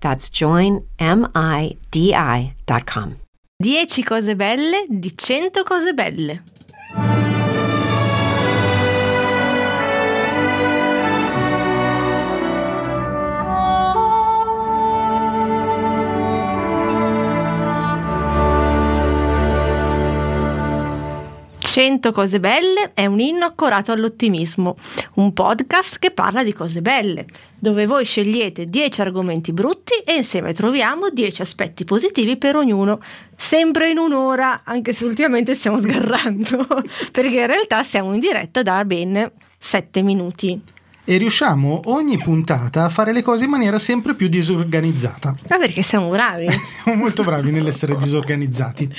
That's joinmidi.com. 10 cose belle di 100 cose belle. Cento cose belle è un inno accorato all'ottimismo, un podcast che parla di cose belle, dove voi scegliete 10 argomenti brutti e insieme troviamo 10 aspetti positivi per ognuno, sempre in un'ora, anche se ultimamente stiamo sgarrando, perché in realtà siamo in diretta da ben 7 minuti. E riusciamo ogni puntata a fare le cose in maniera sempre più disorganizzata. Ma perché siamo bravi? Siamo molto bravi nell'essere disorganizzati.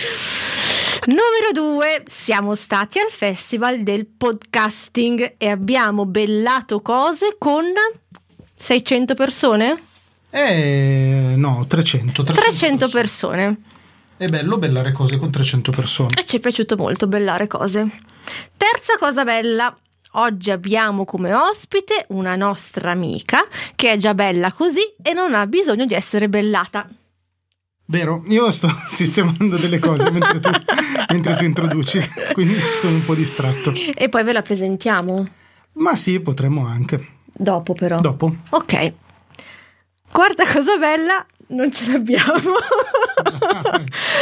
Numero 2, siamo stati al festival del podcasting e abbiamo bellato cose con 600 persone? Eh, no, 300. 300 persone. È bello bellare cose con 300 persone. E ci è piaciuto molto bellare cose. Terza cosa bella, oggi abbiamo come ospite una nostra amica che è già bella così e non ha bisogno di essere bellata. Vero, io sto sistemando delle cose mentre tu, mentre tu introduci, quindi sono un po' distratto. E poi ve la presentiamo Ma sì, potremmo anche. dopo però. Dopo. Ok. Quarta cosa bella, non ce l'abbiamo.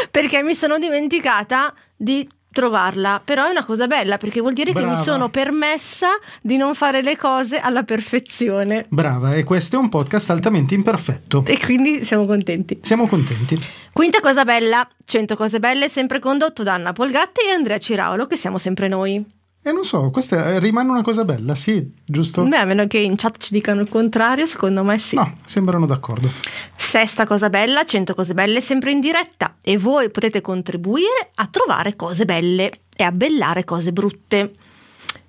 perché mi sono dimenticata di trovarla, però è una cosa bella perché vuol dire che Brava. mi sono permessa di non fare le cose alla perfezione Brava, e questo è un podcast altamente imperfetto. e quindi siamo contenti. Siamo contenti. Quinta cosa bella, 100 cose belle sempre condotto da Anna Polgatti e Andrea Ciraolo che siamo sempre noi. E non so, questa eh, rimane una cosa bella, sì, giusto? Beh, a meno che in chat ci dicano il contrario, secondo me sì. No, sembrano d'accordo. Sesta cosa bella, 100 cose belle sempre in diretta e voi potete contribuire a trovare cose belle e a bellare cose brutte.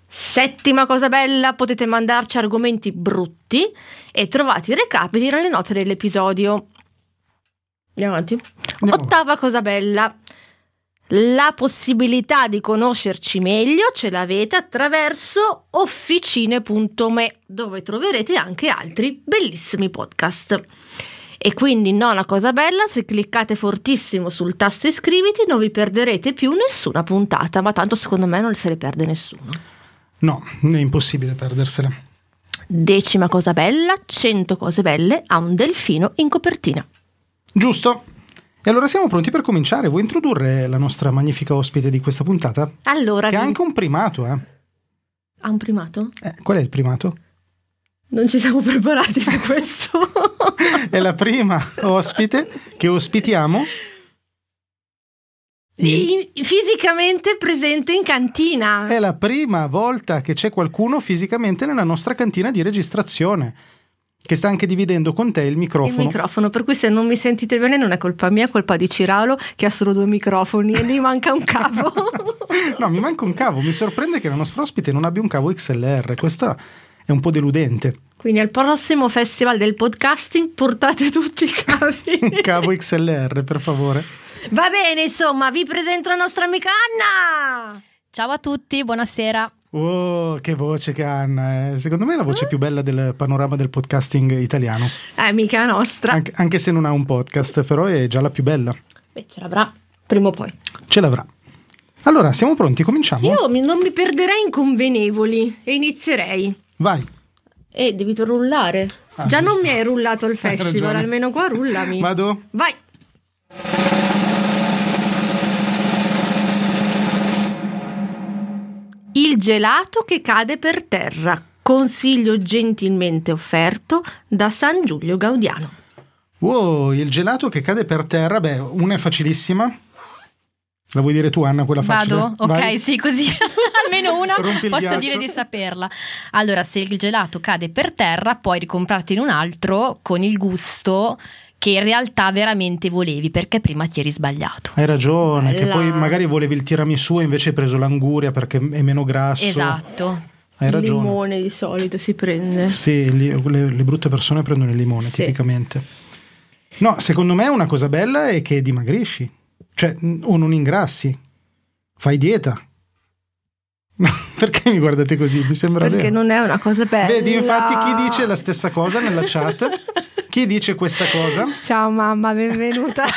Settima cosa bella, potete mandarci argomenti brutti e trovate i recapiti nelle note dell'episodio. Andiamo avanti. Andiamo Ottava cosa bella. La possibilità di conoscerci meglio ce l'avete attraverso officine.me, dove troverete anche altri bellissimi podcast. E quindi, nona cosa bella, se cliccate fortissimo sul tasto iscriviti non vi perderete più nessuna puntata, ma tanto secondo me non se le perde nessuno. No, è impossibile perdersela. Decima cosa bella, 100 cose belle a un delfino in copertina. Giusto? E allora siamo pronti per cominciare. Vuoi introdurre la nostra magnifica ospite di questa puntata? Allora, Che ha anche un primato, eh. ha un primato? Eh, Qual è il primato? Non ci siamo preparati su questo. È la prima ospite che ospitiamo. In- fisicamente presente in cantina. È la prima volta che c'è qualcuno fisicamente nella nostra cantina di registrazione, che sta anche dividendo con te il Il microfono. microfono, per cui se non mi sentite bene non è colpa mia, è colpa di Ciralo che ha solo due microfoni e gli manca un cavo. no, mi manca un cavo. Mi sorprende che la nostra ospite non abbia un cavo XLR. Questa è un po' deludente. Quindi al prossimo festival del podcasting portate tutti i cavi. Un cavo XLR, per favore. Va bene, insomma, vi presento la nostra amica Anna. Ciao a tutti, buonasera. Oh, che voce che ha Anna. eh. Secondo me è la voce più bella del panorama del podcasting italiano. È Eh, amica nostra. Anche, anche se non ha un podcast, però è già la più bella. Beh, ce l'avrà prima o poi. Ce l'avrà. Allora, siamo pronti, cominciamo. Io mi- non mi perderei in convenevoli e inizierei. Vai. Eh, devi tu rullare. Ah, Già non giusto. mi hai rullato il Hai festival, ragione. almeno qua rullami. Vado? Vai. il gelato che cade per terra, consiglio gentilmente offerto da San Giulio Gaudiano. Wow, il gelato che cade per terra, beh, una è facilissima. La vuoi dire tu, Anna, quella facile? Vado? Ok, Vai. sì, così almeno una Rompi il posso ghiaccio. dire di saperla. Allora, se il gelato cade per terra, puoi ricomprarti in un altro con il gusto che in realtà veramente volevi perché prima ti eri sbagliato. Hai ragione, che Bella. poi magari volevi il tiramisù e invece hai preso l'anguria perché è meno grasso. Esatto. Hai Il ragione. limone di solito si prende. Sì, gli- le, le brutte persone prendono il limone Sì. tipicamente. No, secondo me una cosa bella è che dimagrisci, cioè n- o non ingrassi, fai dieta. Perché mi guardate così? Mi sembra Perché vero. non è una cosa bella. Vedi, infatti, chi dice la stessa cosa nella chat? Chi dice questa cosa? Ciao mamma, benvenuta.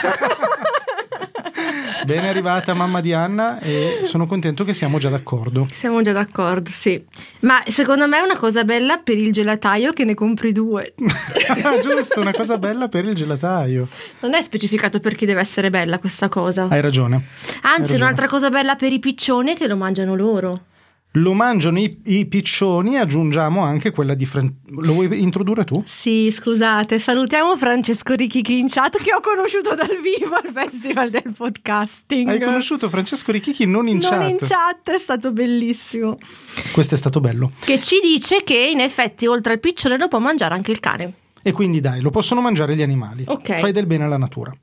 Ben arrivata mamma di Anna e sono contento che siamo già d'accordo. Siamo già d'accordo, sì. Ma secondo me è una cosa bella per il gelataio che ne compri due. Giusto, una cosa bella per il gelataio. Non è specificato per chi deve essere bella questa cosa. Hai ragione. hai Anzi, ragione. un'altra cosa bella per i piccioni è che lo mangiano loro. Lo mangiano i, i piccioni, aggiungiamo anche quella di Fran- Lo vuoi introdurre tu? Sì, scusate, salutiamo Francesco Richichi in chat che ho conosciuto dal vivo al Festival del Podcasting. Hai conosciuto Francesco Richichi non in non chat. in chat, è stato bellissimo. Questo è stato bello. Che ci dice che in effetti oltre al piccione lo può mangiare anche il cane. E quindi dai, lo possono mangiare gli animali. Ok. Fai del bene alla natura.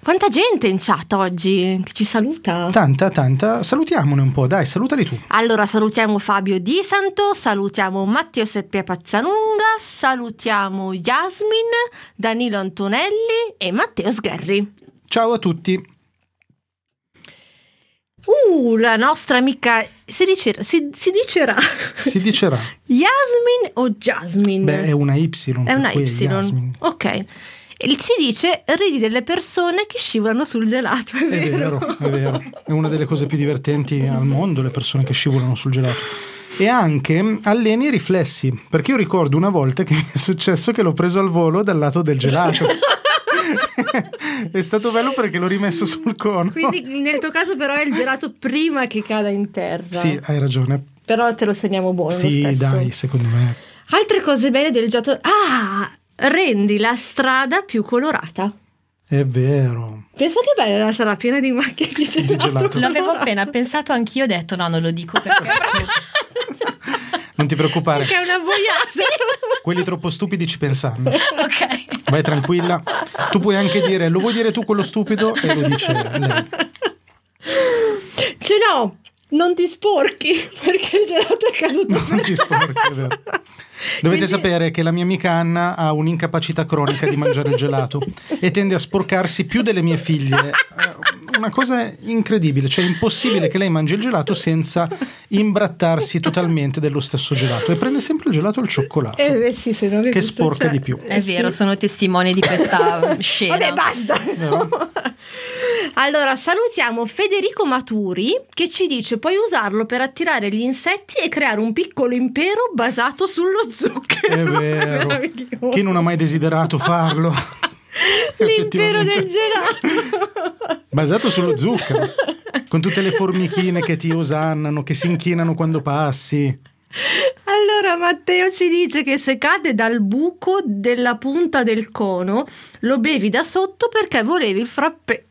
Quanta gente in chat oggi che ci saluta. Tanta, tanta. Salutiamone un po', dai, salutali tu. Allora salutiamo Fabio Di Santo, salutiamo Matteo Seppia Pazzanunga, salutiamo Yasmin, Danilo Antonelli e Matteo Sgherri. Ciao a tutti. Uh, la nostra amica si, dice, si, si dicerà Si dicerà. Yasmin o Jasmine? Beh, è una Y. È per una cui Y. è Yasmin. Ok. E ci dice ridi delle persone che scivolano sul gelato. È, È vero, è vero. È una delle cose più divertenti al mondo, le persone che scivolano sul gelato. E anche alleni i riflessi, perché io ricordo una volta che mi è successo che l'ho preso al volo dal lato del gelato. è stato bello perché l'ho rimesso sul cono. Quindi nel tuo caso però è il gelato prima che cada in terra. Sì, hai ragione. Però te lo segniamo buono lo Sì, stesso. dai, secondo me. Altre cose belle del gelato. Ah, rendi la strada più colorata. È vero. Pensa che bella la strada piena di macchie di gelato. gelato. L'avevo colorato. appena pensato anch'io, ho detto no, non lo dico perché Non ti preoccupare, Perché è una boiata. quelli troppo stupidi ci pensano. ok. Vai tranquilla. Tu puoi anche dire, lo vuoi dire tu quello stupido? E lo dice lei. Ce no, non ti sporchi perché il gelato è caduto. Non ci sporchi, è vero. Dovete Quindi- sapere che la mia amica Anna ha un'incapacità cronica di mangiare il gelato e tende a sporcarsi più delle mie figlie. Eh, Una cosa incredibile, cioè è impossibile che lei mangi il gelato senza imbrattarsi totalmente dello stesso gelato e prende sempre il gelato al cioccolato. Eh beh, sì, se no Che gusto sporca c'è. di più. È Eh, sì. vero, sono testimone di questa mm, scena. Vabbè, basta. Vero? Allora, salutiamo Federico Maturi che ci dice puoi usarlo per attirare gli insetti e creare un piccolo impero basato sullo zucchero. È vero. Meraviglioso. Chi non ha mai desiderato farlo? L'impero Effettivamente. del gelato. Basato sullo zucchero. Con tutte le formichine che ti osannano, che si inchinano quando passi. Allora Matteo ci dice che se cade dal buco della punta del cono lo bevi da sotto perché volevi il frappè.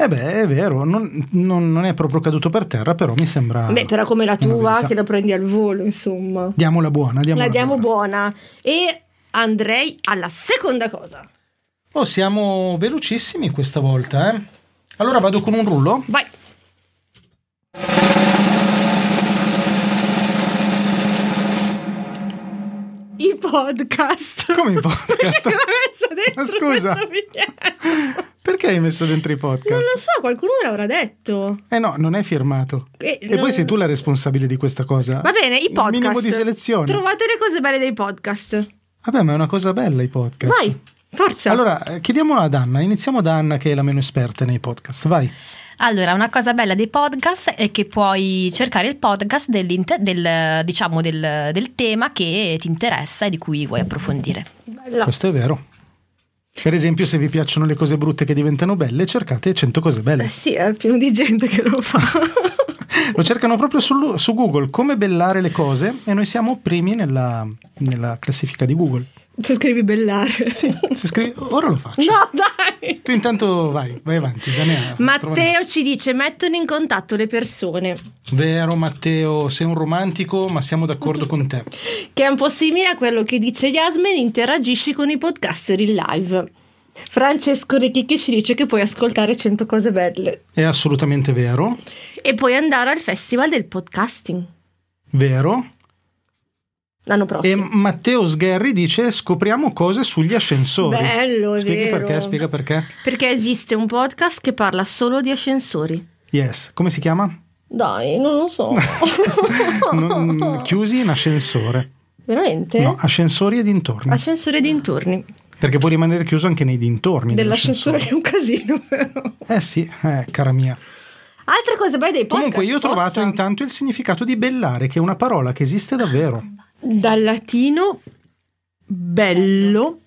Eh beh, è vero, non, non- non è proprio caduto per terra, però mi sembra... Beh, però come la Ah. una tua verità. che la prendi al volo, insomma. Diamola buona, diamola la diamo buona. buona. E andrei alla seconda cosa. Oh, siamo velocissimi questa volta, eh. Allora vado con un rullo. Vai. I podcast. Come i podcast? Perché l'ho messo dentro Ma scusa. questo biglietto? Perché hai messo dentro i podcast? Non lo so, qualcuno me l'avrà detto. Eh no, non è firmato. Eh, e non- poi sei tu la responsabile di questa cosa. Va bene, i Un podcast. Minimo di selezione. Trovate le cose belle dei podcast. Vabbè, ma è una cosa bella i podcast. Vai, forza. Allora, eh, chiediamolo ad Anna. Iniziamo da Anna che è la meno esperta nei podcast. Vai. Allora, una cosa bella dei podcast è che puoi cercare il podcast dell'inte- del, diciamo, del, del tema che ti interessa e di cui vuoi approfondire. Bella. Questo è vero. Per esempio, se vi piacciono le cose brutte che diventano belle, cercate 100 cose Eh belle. sì, è pieno di gente che lo fa. Lo cercano proprio su, su Google, come bellare le cose, e noi siamo primi nella, nella classifica di Google. Se scrivi bellare. Sì, se scrivi, ora lo faccio. No, dai! Tu intanto vai, vai avanti. Daniela, trova- Matteo ci dice mettono in contatto le persone, Vero Matteo, sei un romantico, ma siamo d'accordo con te. che è un po' simile a quello che dice Yasmin, interagisci con i podcaster in live. Francesco Rechicchi ci dice che puoi ascoltare 100 cose belle È assolutamente vero, e puoi andare al festival del podcasting vero. l'anno E prossimo. Matteo Sgherri dice scopriamo cose sugli ascensori. Bello, è Spieghi vero. perché, spiega perché. Perché esiste un podcast che parla solo di ascensori. Yes, come si chiama? Dai, non lo so. Non- chiusi in ascensore. Veramente? No, ascensori e dintorni. Ascensore e dintorni. perché può rimanere chiuso anche nei dintorni. Dell'ascensore che è un casino, però. Eh sì, eh, cara mia. Altre cose belle dei podcast. Comunque io ho trovato possa- intanto il significato di bellare, che è una parola che esiste davvero. Dal latino bello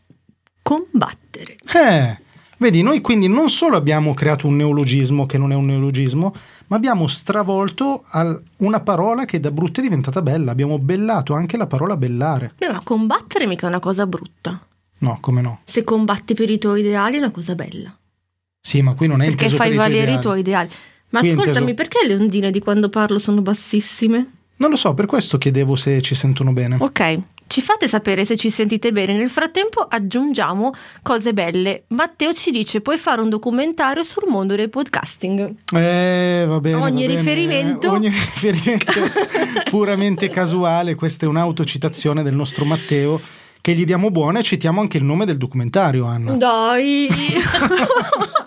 combattere. Eh, vedi, noi quindi non solo abbiamo creato un neologismo che non è un neologismo, ma abbiamo stravolto al- una parola che da brutta è diventata bella. Abbiamo bellato anche la parola bellare. Beh, ma combattere mica è una cosa brutta. No, come no? Se combatti per i tuoi ideali è una cosa bella. Sì, ma qui non è Perché inteso fai per valere ideali. i tuoi ideali. Ma Qui è ascoltami, inteso- perché le ondine di quando parlo sono bassissime? Non lo so, per questo chiedevo se ci sentono bene. Ok, ci fate sapere se ci sentite bene. Nel frattempo aggiungiamo cose belle. Matteo ci dice puoi fare un documentario sul mondo del podcasting. Eh, va bene, Ogni va bene. riferimento- Ogni riferimento puramente casuale. Questa è un'autocitazione del nostro Matteo che gli diamo buona e citiamo anche il nome del documentario, Mm. Anna. Dai!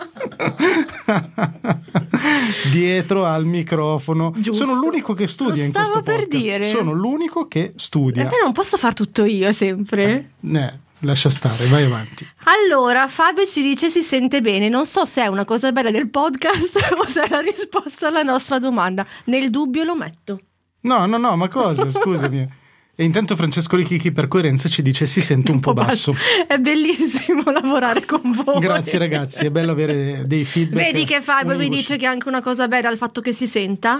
Dietro al microfono. Giusto. Sono l'unico che studia Lo in questo stavo per podcast. dire. Eh, Sono l'unico che E studia. poi non posso far tutto io sempre. Eh, lascia stare, vai avanti. Allora, Fabio ci dice si sente bene. Non so se è una cosa bella del podcast o se è la risposta alla nostra domanda. Nel dubbio lo metto. No, no, no, ma cosa? Scusami. E intanto Francesco Ricchichi per coerenza ci dice si sente un po' basso. È bellissimo lavorare con voi. Grazie ragazzi, è bello avere dei feedback. Vedi che Fabio mi univoci. dice che è anche una cosa bella il fatto che si senta?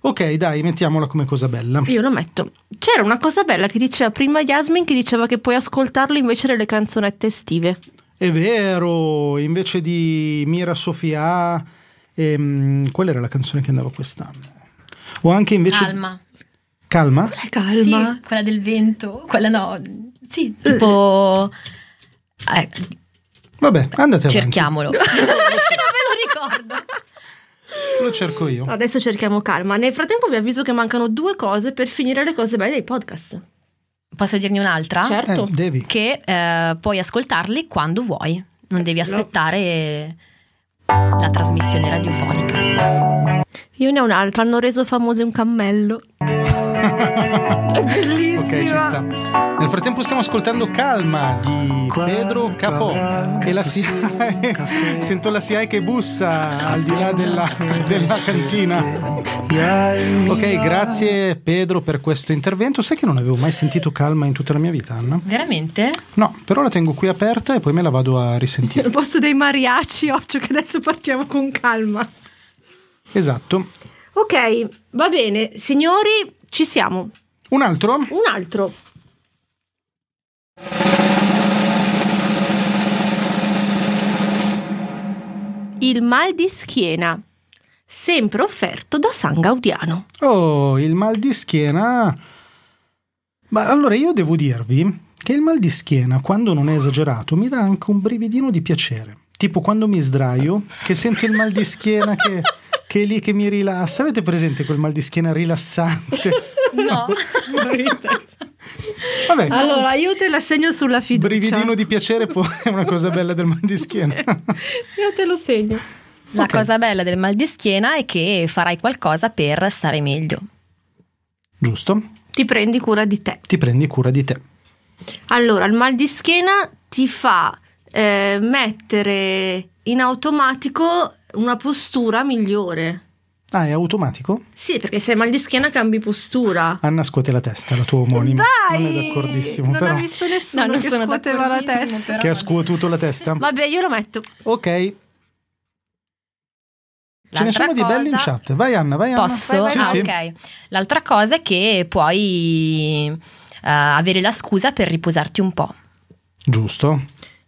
Ok, dai, mettiamola come cosa bella. Io lo metto. C'era una cosa bella che diceva prima Yasmin che diceva che puoi ascoltarlo invece delle canzonette estive. È vero, invece di Mira Sofia, ehm, quella era la canzone che andava quest'anno. O anche invece Calma. Calma? È calma. Sì, quella del vento, quella no, sì, tipo... eh, Vabbè, andate avanti. cerchiamolo. non me lo ricordo. Lo cerco io. Adesso cerchiamo calma. Nel frattempo vi avviso che mancano due cose per finire le cose belle dei podcast. Posso dirne un'altra? Certo. Eh, devi. Che eh, puoi ascoltarli quando vuoi, non Eh, devi aspettare la trasmissione radiofonica. Io ne ho un'altra, hanno reso famose un cammello. È bellissima. Ok, ci sta. Nel frattempo stiamo ascoltando Calma di Pedro Capò. E la SIAE. Sento la SIAE che bussa al di là della, della cantina. Ok, grazie Pedro per questo intervento. Sai che non avevo mai sentito Calma in tutta la mia vita, Anna? Veramente? No, però la tengo qui aperta e poi me la vado a risentire. Al posto dei mariachi, occhio che adesso partiamo con calma. Esatto. Ok, va bene. Signori, ci siamo. Un altro? Un altro. Il mal di schiena, sempre offerto da San Gaudiano. Oh, il mal di schiena. Ma allora io devo dirvi che il mal di schiena, quando non è esagerato, mi dà anche un brividino di piacere. Tipo quando mi sdraio, che sento il mal di schiena che, che è lì che mi rilassa. Avete presente quel mal di schiena rilassante? No. Vabbè, Allora, io te la segno sulla fiducia. brividino di piacere poi è una cosa bella del mal di schiena. Io te lo segno. La Ok. cosa bella del mal di schiena è che farai qualcosa per stare meglio. Giusto? Ti prendi cura di te. Ti prendi cura di te. Allora, il mal di schiena ti fa eh, mettere in automatico una postura migliore. Ah, è automatico? Ah, Sì, perché se hai mal di schiena cambi postura. Anna scuote la testa, la tua omonima. Dai! Non è d'accordissimo, non però. ho visto nessuno che scuoteva la testa. Che ha scuotuto la testa. Vabbè, io lo metto. Ok, Ce ne L'altra sono di belli in cosa- chat. Vai Anna, vai Anna. Posso? Sì, ah, sì. ok. L'altra cosa è che puoi eh, avere la scusa per riposarti un po'. Giusto.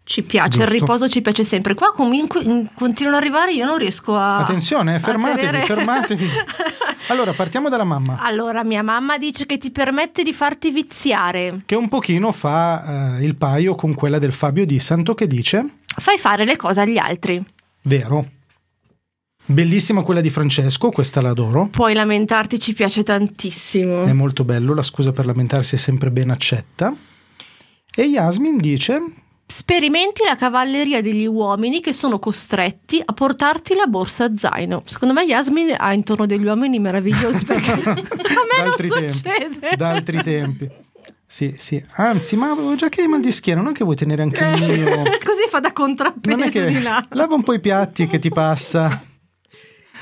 Ci piace, il Giusto. riposo ci piace sempre. Qua comunque in- continuano ad arrivare, io non riesco a... Ah, Attenzione, eh, a fermatevi, tenere- fermatevi. Allora, partiamo dalla mamma, allora, mia mamma dice che ti permette di farti viziare. che un pochino fa eh, il paio con quella del Fabio di Santo che dice, Fai fare le cose agli altri. vero. Bellissima quella di Francesco, questa la adoro. Puoi lamentarti, ci piace tantissimo. È molto bello, la scusa per lamentarsi è sempre ben accetta. E Yasmin dice, Sperimenti la cavalleria degli uomini che sono costretti a portarti la borsa a zaino. Secondo me Yasmin ha intorno degli uomini meravigliosi perché a me non D'altri tempi, succede. da altri tempi. Sì, sì. Anzi, ma avevo già che hai mal di schiena, non è che vuoi tenere anche il mio... Così fa da Non è contrappeso che... Eh, di là. Lava un po' i piatti che ti passa.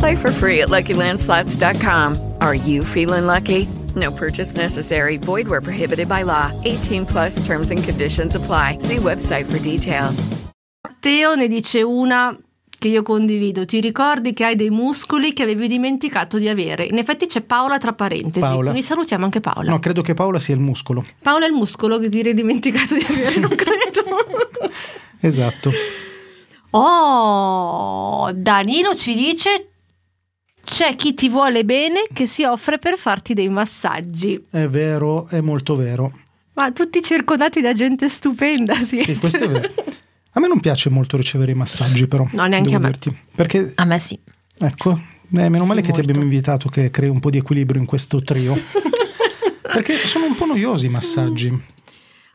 Play for free at LuckyLandSlots.com. Are you feeling lucky? No purchase necessary. Void where prohibited by law. 18 plus terms and conditions apply. See website for details. Matteo ne dice una che io condivido. Ti ricordi che hai dei muscoli che avevi dimenticato di avere? In effetti c'è Paola tra parentesi. Paola. Quindi salutiamo anche Paola. No, credo che Paola sia il muscolo. Paola è il muscolo che ti eri dimenticato di avere, non credo. Esatto. Oh, Danilo ci dice c'è chi ti vuole bene che si offre per farti dei massaggi. È vero, è molto vero. Ma tutti circondati da gente stupenda, sì. Sì, questo è vero. A me non piace molto ricevere i massaggi, però. No, neanche devo a me. dirti. Perché, A me sì. ecco, eh, meno male Sì, che ti molto. abbiamo invitato, che crei un po' di equilibrio in questo trio. Perché sono un po' noiosi i massaggi.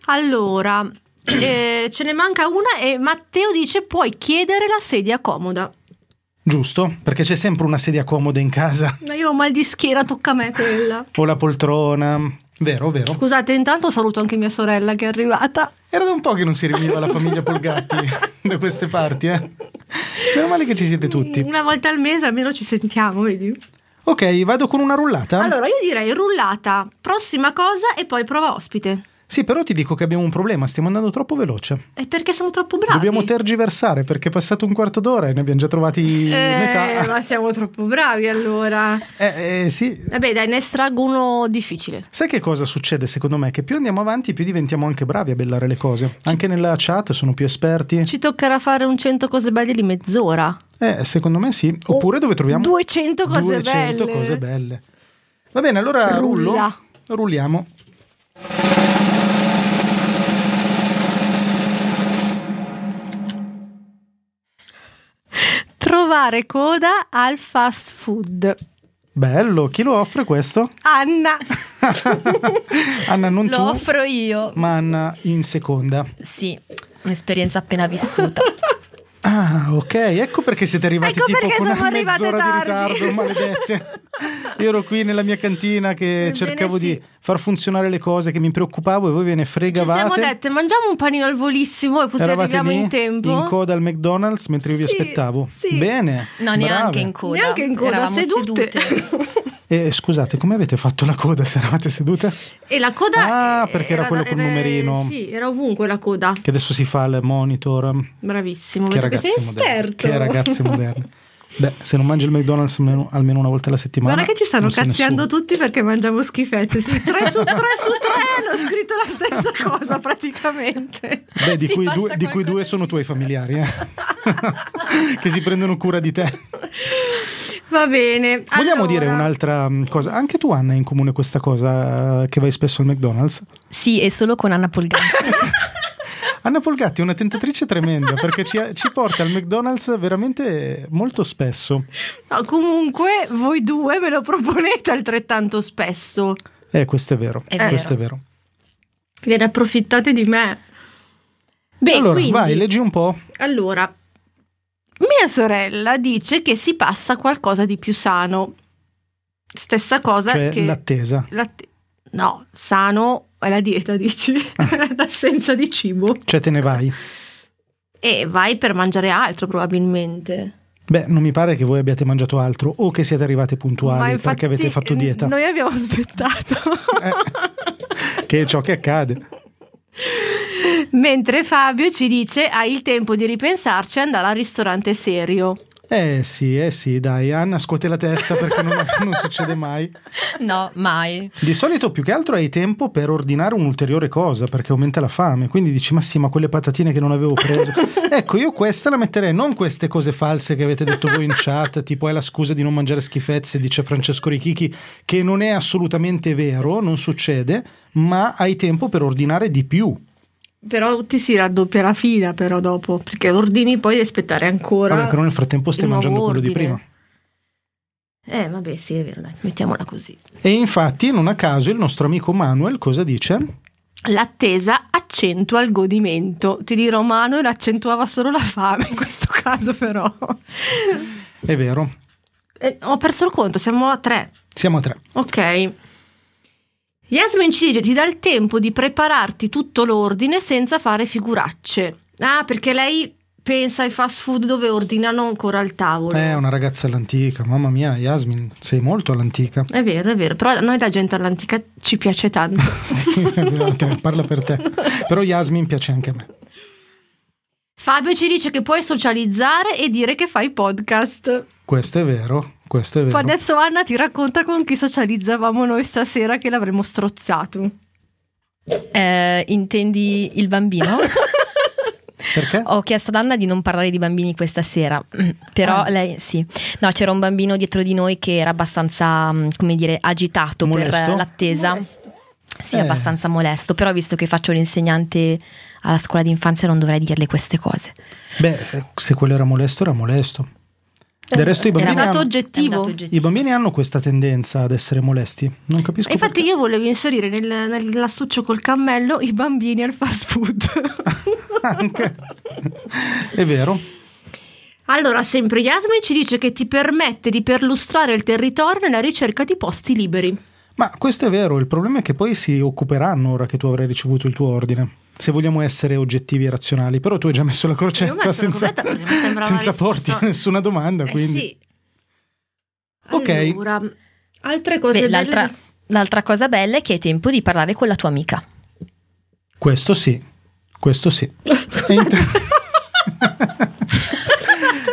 Allora, eh, ce ne manca una e Matteo dice puoi chiedere la sedia comoda. Giusto? Perché c'è sempre una sedia comoda in casa. Ma Io ho mal di schiena, tocca a me quella. O la poltrona. Vero, vero. Scusate, intanto saluto anche mia sorella che è arrivata. Era da un po' che non si riuniva la famiglia Polgatti da queste parti, eh. Meno male che ci siete tutti. Una volta al mese almeno ci sentiamo, vedi? Ok, vado con una rullata. Allora, io direi rullata, prossima cosa e poi prova ospite. Sì, però ti dico che abbiamo un problema, stiamo andando troppo veloce. È perché siamo troppo bravi. Dobbiamo tergiversare perché è passato un quarto d'ora e ne abbiamo già trovati Eh, metà. ma siamo troppo bravi allora. Eh, eh, sì. Vabbè, dai, ne estraggo uno difficile. Sai che cosa succede secondo me? Che più andiamo avanti, più diventiamo anche bravi a bellare le cose. Anche nella chat sono più esperti. Ci toccherà fare un 100 cose belle di mezz'ora. Eh, secondo me sì. Oppure dove troviamo 200 Oh, cose 200 belle. cose belle. Va bene, allora rullo. Rulla. Rulliamo. Trovare coda al fast food. Bello, chi lo offre questo? Anna. Anna non Lo tu, offro io. ma Anna in seconda. Sì, un'esperienza appena vissuta. Ah, ok, ecco perché siete arrivati Ecco tipo perché con siamo una arrivate mezz'ora tardi. di ritardo, maledette. Io ero qui nella mia cantina che Ebbene cercavo sì. di far funzionare le cose che mi preoccupavo e voi ve ne Ci fregavate. siamo dette, mangiamo un panino al volissimo e così Eravate arriviamo lì in tempo. coda al McDonald's mentre io vi Sì, aspettavo. sì. Bene. No, neanche brave. in coda. Neanche in coda, Eravamo sedute. E scusate, come avete fatto la coda se eravate sedute? e la coda Ah, perché era quello da- col numerino. Sì, era ovunque la coda. Che adesso si fa il monitor. Bravissimo, Che vedo che sei ragazze moderne. esperto. Che ragazze moderne. Beh, se non mangi il McDonald's almeno, almeno una volta alla settimana. Guarda che ci stanno non sei cazziando nessuno. tutti perché mangiamo schifezze. Sì, tre su tre su tre hanno scritto la stessa cosa praticamente. Beh, di Si cui, passa due, di cui qualcosa due di- sono tuoi familiari, eh? che si prendono cura di te. Va bene. Vogliamo allora, dire un'altra mm, cosa? Anche tu, Anna, hai in comune questa cosa eh, che vai spesso al McDonald's? Sì, e solo con Anna Polgatti. Anna Polgatti è una tentatrice tremenda perché ci, ci porta al McDonald's veramente molto spesso. No, comunque voi due me lo proponete altrettanto spesso. Eh, questo è vero. È vero. questo è vero. Ve ne approfittate di me. Beh, allora, quindi, vai, leggi un po'. allora, mia sorella dice che si passa qualcosa di più sano. Stessa cosa Cioè, che... l'attesa. latte- No, sano è la dieta, dici? Ah. L'assenza di cibo. Cioè, te ne vai. E vai per mangiare altro probabilmente. Beh, non mi pare che voi abbiate mangiato altro o che siete arrivate puntuali Ma perché avete infatti, fatto eh, dieta. Eh. Noi abbiamo aspettato. Che è ciò che accade. Mentre Fabio ci dice hai il tempo di ripensarci e andare al ristorante serio. Eh sì, eh sì, dai, Anna scuote la testa perché non, non succede mai. No, mai. Di solito più che altro hai tempo per ordinare un'ulteriore cosa perché aumenta la fame, quindi dici ma sì, ma quelle patatine che non avevo preso. ecco, io questa la metterei, non queste cose false che avete detto voi in chat, tipo è la scusa di non mangiare schifezze, dice Francesco Richichi, che non è assolutamente vero, non succede, ma hai tempo per ordinare di più. Però ti si raddoppia la fila però dopo, perché ordini poi di aspettare ancora. Vabbè, però nel frattempo stai il nuovo mangiando quello di ordine. prima. Eh vabbè sì è vero, dai, mettiamola così. E infatti, non a caso, il nostro amico Manuel cosa dice? L'attesa accentua il godimento. Ti dirò Manuel accentuava solo la fame in questo caso però. È vero, Eh, ho perso il conto, siamo a tre. siamo a tre. Ok. Yasmin ci dice ti dà il tempo di prepararti tutto l'ordine senza fare figuracce. Ah, perché lei pensa ai fast food dove ordinano ancora al tavolo. È una ragazza all'antica, mamma mia, Yasmin, sei molto all'antica. È vero, è vero, però a noi la gente all'antica ci piace tanto. Sì, te- parla per te. Però Yasmin piace anche a me. Fabio ci dice che puoi socializzare e dire che fai podcast. Questo è vero, questo è vero. Poi adesso Anna ti racconta con chi socializzavamo noi stasera che l'avremmo strozzato. Eh, intendi il bambino? Perché? Oh. Ho chiesto ad Anna di non parlare di bambini questa sera, Ah. però lei sì. No, c'era un bambino dietro di noi che era abbastanza, mm, come dire, agitato Molesto? per l'attesa. Sì, Eh. abbastanza molesto, però visto che faccio l'insegnante alla scuola di infanzia non dovrei dirle queste cose. Beh, se quello era molesto, era molesto. Del resto i Era bambini, un dato hanno, oggettivo. È un dato i bambini hanno questa tendenza ad essere molesti. Non capisco E infatti perché. io volevo inserire nel, nell'astuccio col cammello i bambini al fast food. Anche. È vero. allora, sempre Yasmin ci dice che ti permette di perlustrare il territorio nella ricerca di posti liberi. Ma questo è vero, il problema è che poi si occuperanno ora che tu avrai ricevuto il tuo ordine. Se vogliamo essere oggettivi e razionali, però tu hai già messo la crocetta Io ho messo la Certo, senza, crocetta perché mi sembrava una senza porti risposta- Eh, nessuna domanda. quindi. Ok. Allora, altre cose Beh, belle l'altra, di- l'altra cosa bella è che hai tempo di parlare con la tua amica. Questo sì, questo sì. E, int-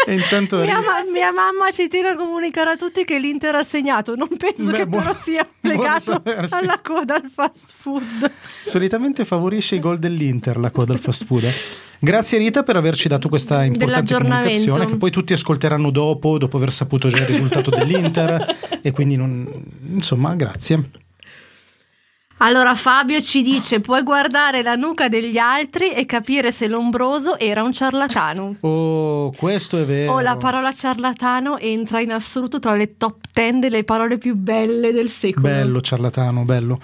e intanto Mia, ma- mia mamma ci tira a comunicare a tutti che l'Inter ha segnato. Non penso Beh, che buono- però sia buono legato sapersi. alla coda al fast food. solitamente favorisce i gol dell'Inter la coda al fast food. eh. Grazie Rita per averci dato questa importante Dell'aggiornamento. comunicazione che poi tutti ascolteranno dopo, dopo aver saputo già il risultato dell'Inter e quindi non... insomma grazie. Allora Fabio ci dice puoi guardare la nuca degli altri e capire se l'ombroso era un ciarlatano. Oh, questo è vero. Oh, la parola ciarlatano entra in assoluto tra le top 10 delle parole più belle del secolo. Bello ciarlatano, bello.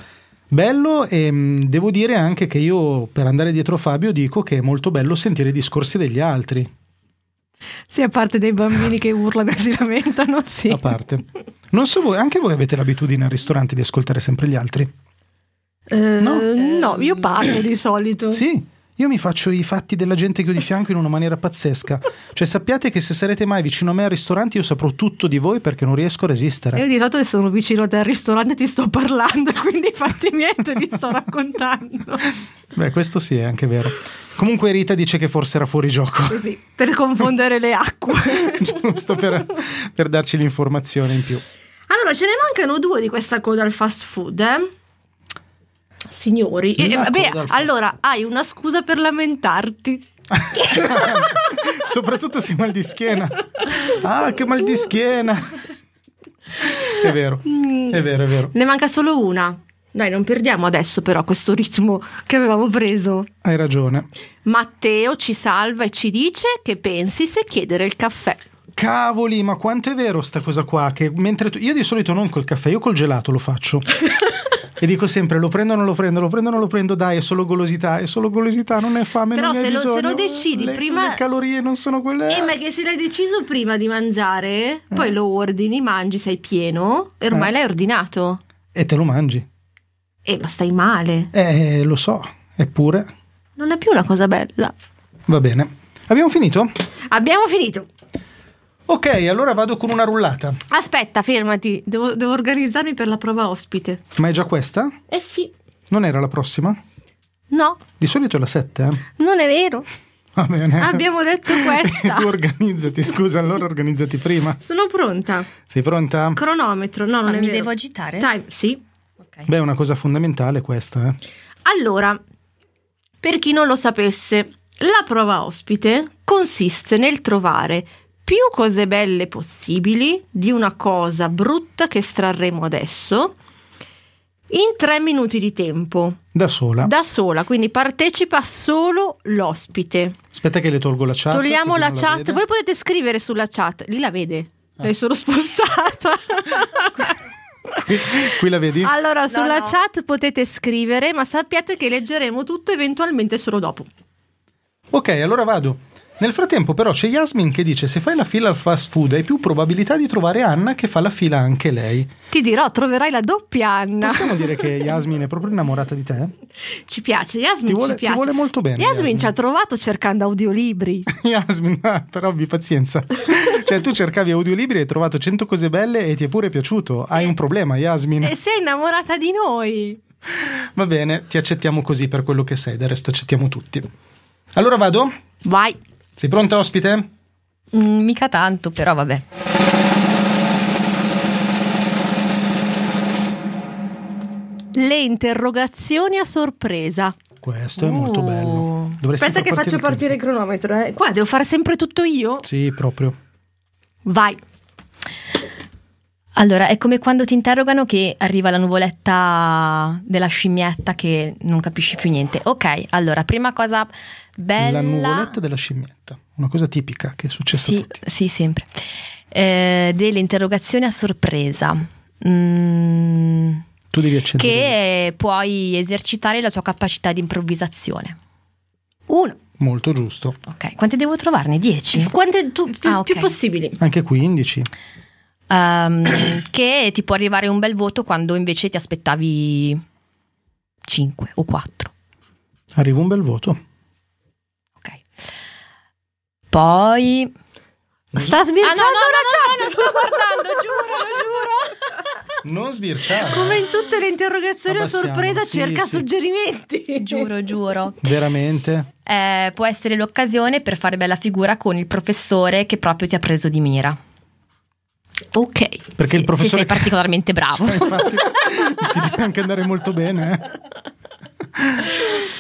Bello e mh, devo dire anche che io per andare dietro Fabio dico che è molto bello sentire i discorsi degli altri, Sì, a parte dei bambini che urlano e si lamentano, sì. a parte. Non so voi, anche voi avete l'abitudine al ristorante di ascoltare sempre gli altri? Eh, No. no. io parlo di solito. Sì, io mi faccio i fatti della gente che ho di fianco in una maniera pazzesca. Cioè sappiate che se sarete mai vicino a me al ristorante io saprò tutto di voi perché non riesco a Io resistere. di solito sono vicino a te al ristorante e ti sto parlando, quindi fatti niente, ti sto raccontando. Beh, questo sì, è anche vero. Comunque Rita dice che forse era fuori gioco. Così, per confondere le acque. giusto per, per darci l'informazione in più. Allora, ce ne mancano due di questa coda al fast food, eh? Signori, La Eh, eh, vabbè, coda al fast allora hai una scusa per lamentarti. Soprattutto se hai mal di schiena. Ah, che mal di schiena! È vero, è vero, è vero. Ne manca solo una. Dai, non perdiamo adesso però questo ritmo che avevamo preso. Hai ragione. Matteo ci salva e ci dice che pensi se chiedere il caffè. Cavoli, ma quanto è vero sta cosa qua? Che mentre tu- Io di solito non col caffè, io col gelato lo faccio. e dico sempre: lo prendo o non lo prendo, lo prendo o non lo prendo, dai, è solo golosità, è solo golosità, non è fame. Però non ne se hai lo- se lo bisogno. decidi Le- prima- Le calorie non sono quelle. Eh, ma che se l'hai deciso prima di mangiare, poi lo ordini, mangi, sei pieno e ormai Eh. l'hai ordinato. E te lo mangi. Eh, ma stai male. Eh, lo so, eppure. Non è più una cosa bella. Va bene. Abbiamo finito? Abbiamo finito. Ok, allora vado con una rullata. Aspetta, fermati. Devo, devo organizzarmi per la prova ospite. Ma è già questa? Eh sì. Non era la prossima? No, Di solito è la 7, eh? non è vero. Va bene. Abbiamo detto questa. tu organizzati, scusa, allora organizzati prima. Sono pronta. Sei pronta? Cronometro. No, non Ma Ah, è Ah, mi vero. devo agitare? Time, sì. Ok. Beh, è una cosa fondamentale questa, eh. Allora, per chi non lo sapesse, la prova ospite consiste nel trovare più cose belle possibili di una cosa brutta che estrarremo adesso in tre minuti di tempo, Da sola. da sola, quindi partecipa solo l'ospite. Aspetta che le tolgo la chat. Togliamo Esatto, così la non chat, vede. Ah. voi potete scrivere sulla chat, lì la vede, l'hai solo spostata. Qui, qui la vedi? Allora, sulla chat potete scrivere, ma sappiate che leggeremo tutto eventualmente solo dopo. Ok, allora vado. Nel frattempo però c'è Yasmin che dice se fai la fila al fast food hai più probabilità di trovare Anna che fa la fila anche lei. Ti dirò, troverai la doppia Anna. Possiamo dire che Yasmin è proprio innamorata di te? Ci piace, Yasmin Ti vuole- ci ti piace. vuole molto bene, Yasmin, Yasmin. ci ha trovato cercando audiolibri. Yasmin, ah, però abbi pazienza. cioè tu cercavi audiolibri, hai trovato 100 cose belle e ti è pure piaciuto. Hai un problema Yasmin. e sei innamorata di noi. Va bene, ti accettiamo così per quello che sei, del resto accettiamo tutti. Allora vado? Vai. Sei pronta ospite? Mm, mica tanto, però vabbè. Le interrogazioni a sorpresa. Questo è molto Uh. bello. Dovresti Aspetta far che faccio il partire il tempo. cronometro. Eh. Qua devo fare sempre tutto io. Sì, proprio. Vai. Allora, è come quando ti interrogano che arriva la nuvoletta della scimmietta che non capisci più niente. Ok, allora, prima cosa bella. La nuvoletta della scimmietta, una cosa tipica che è successa a Sì, tutti. sì, sempre. Eh, delle interrogazioni a sorpresa. Mm, Tu devi accendere. che puoi esercitare la tua capacità di improvvisazione. Uno. Molto giusto. Ok, quante devo trovarne? 10. Quante tu- più, Ah, ok. più possibili. Anche 15. Ehm, che ti può arrivare un bel voto quando invece ti aspettavi 5 o 4. Arriva un bel voto. Ok. Poi Sta sbirciando Ah, no, no, la chat. no, no, no, non sto guardando, giuro, lo giuro. Non sbirciare. Come in tutte le interrogazioni a Abbassiamo, sorpresa sì, cerca sì. suggerimenti. giuro, giuro. Veramente? Eh, può essere l'occasione per fare bella figura con il professore che proprio ti ha preso di mira. Ok. Perché Se- il se professore sei particolarmente bravo. Eh, Infatti ti deve anche andare molto bene. eh.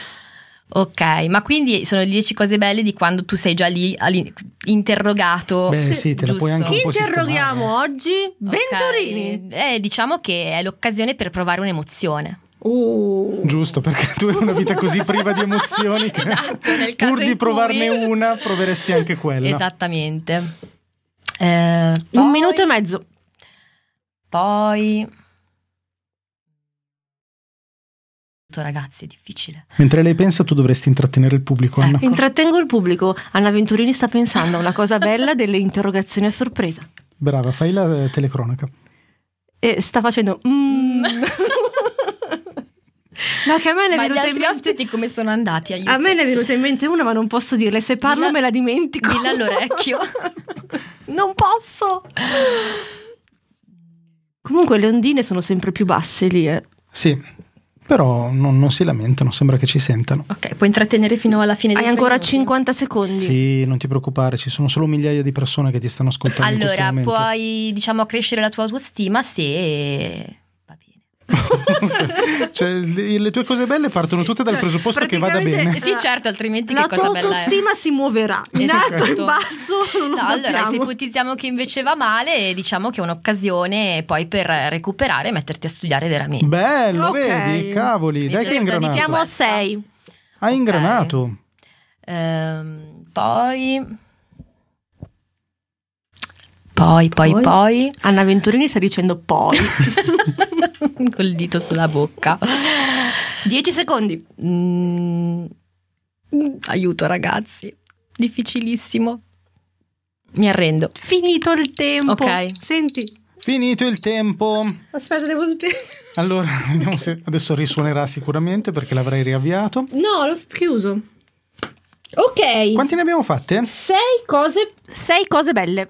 ok, ma quindi sono le 10 cose belle di quando tu sei già lì all'in- interrogato. Beh, sì, te la puoi anche giusto? un Chi po' sistemare. interroghiamo oggi? Ok. Venturini. Eh, diciamo che è l'occasione per provare un'emozione. Uh. Giusto, perché tu hai una vita così priva di emozioni che Esatto, nel caso pur in di cui- Esatto. provarne una proveresti anche quella. Esattamente. Eh, Un poi- minuto e mezzo. Poi. Ragazzi, è difficile. Mentre lei pensa tu dovresti intrattenere il pubblico, Anna. Ecco. Intrattengo il pubblico. Anna Venturini sta pensando a una cosa bella delle interrogazioni a sorpresa. Brava, fai la eh, telecronaca. E sta facendo. mm. no, che a me ne è Ma gli venuta altri in mente. ospiti come sono andati? Aiuto. A me ne è venuta in mente una, ma non posso dirle. Se parlo Dilla- me la dimentico. Dilla all'orecchio. non posso. Comunque le ondine sono sempre più basse lì. eh. Sì, però non, non si lamentano, sembra che ci sentano. ok, puoi intrattenere fino alla fine. dei Hai tre ancora minuti. 50 secondi. Sì, non ti preoccupare, ci sono solo migliaia di persone che ti stanno ascoltando. in questo Allora, momento. puoi, diciamo, crescere la tua autostima se. Va bene. Cioè, le, le tue cose belle partono tutte dal presupposto che vada praticamente- bene. Eh Cioè, Sì, certo, altrimenti La che tua cosa bella è. autostima si muoverà in Esatto. alto, in basso, non lo No, allora, se sappiamo. ipotizziamo che invece va male, diciamo che è un'occasione poi per recuperare e metterti a studiare veramente. Bello, Ok. vedi? Cavoli, dai che hai Esatto, Siamo ingranato. a 6. Hai ingranato. Ehm, poi... Poi, poi, Poi? poi, Anna Venturini sta dicendo poi. col dito sulla bocca. 10 secondi. Mm. aiuto ragazzi, difficilissimo. Mi arrendo. Finito il tempo. Ok. Senti, Finito il tempo. aspetta, devo spiegare. Allora, vediamo se adesso risuonerà sicuramente perché l'avrei riavviato. No, l'ho chiuso. Ok. Quanti ne abbiamo fatte? 6 cose, sei cose belle. Eh.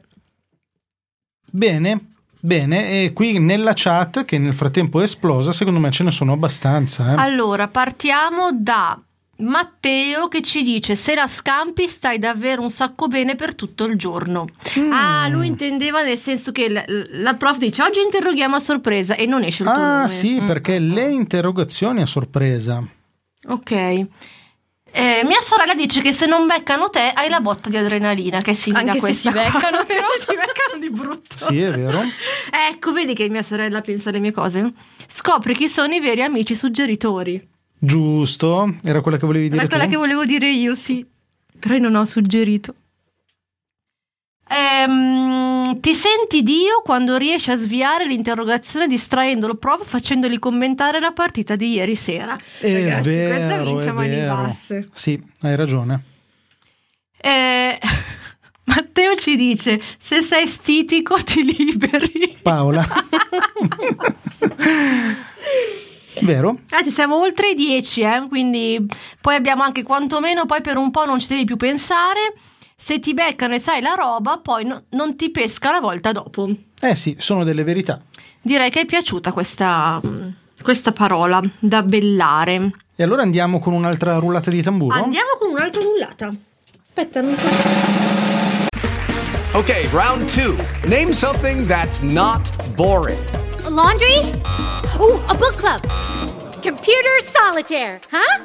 Bene, bene. E qui nella chat, che nel frattempo è esplosa, secondo me ce ne sono abbastanza. eh. Allora, partiamo da Matteo che ci dice: Se la scampi, stai davvero un sacco bene per tutto il giorno. Mm. Ah, lui intendeva nel senso che la, la prof dice: Oggi interroghiamo a sorpresa e non esce il eh. tuo Ah nome. sì, perché mm, le interrogazioni a sorpresa. Ok. Eh, mia sorella dice che se non beccano te hai la botta di adrenalina che è simile Anche a se questa ti qua. beccano, però. Se ti beccano di brutto Sì, è vero. ecco vedi che mia sorella pensa alle mie cose scopri chi sono i veri amici suggeritori Giusto, era quella che volevi dire Era quella tu? che volevo dire io, sì. Però io non ho suggerito. Ehm, ti senti Dio quando riesci a sviare l'interrogazione distraendolo proprio facendogli commentare la partita di ieri sera. È Ragazzi, questa vero, vince è a mani vero. basse. Sì, hai ragione. Eh, Matteo ci dice, se sei stitico ti liberi. Paola. vero? Anzi, siamo oltre i 10, eh, quindi poi abbiamo anche quantomeno, poi per un po' non ci devi più pensare. Se ti beccano e sai la roba, poi no- non ti pesca la volta dopo. Eh sì, sono delle verità. Direi che è piaciuta questa, mm, questa parola da bellare. E allora andiamo con un'altra rullata di tamburo? Andiamo con un'altra rullata. Aspetta, non c'è. Okay, round two. Name something that's not boring. laundry? Ooh, a book club. Computer solitaire, huh?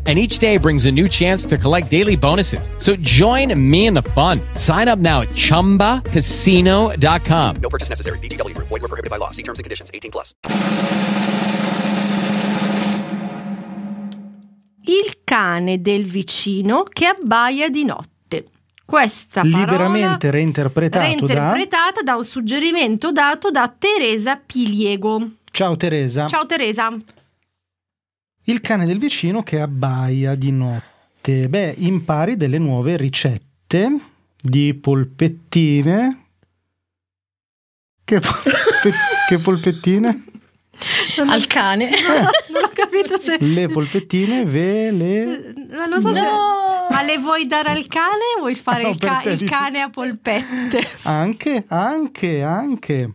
And each day brings a new chance to collect daily bonuses. So join me in the fun. Sign up now at chumbacasino.com. No purchase necessary. VGW Group. Void where prohibited by law. See terms and conditions. 18 plus. Il cane del vicino che abbaia di notte. Questa parola Liberamente reinterpretato da- reinterpretata da... un suggerimento dato da Teresa Piliego. Ciao Teresa. Ciao Teresa. Il cane del vicino che abbaia di notte. Beh, impari delle nuove ricette di polpettine. Che, polpe- che polpettine? Al cane. Non ho capito se Le polpettine ve le... Ma non so se- Ma le vuoi dare al cane o vuoi fare No, il, ca- per te, il dici. cane a polpette? Anche, anche, anche.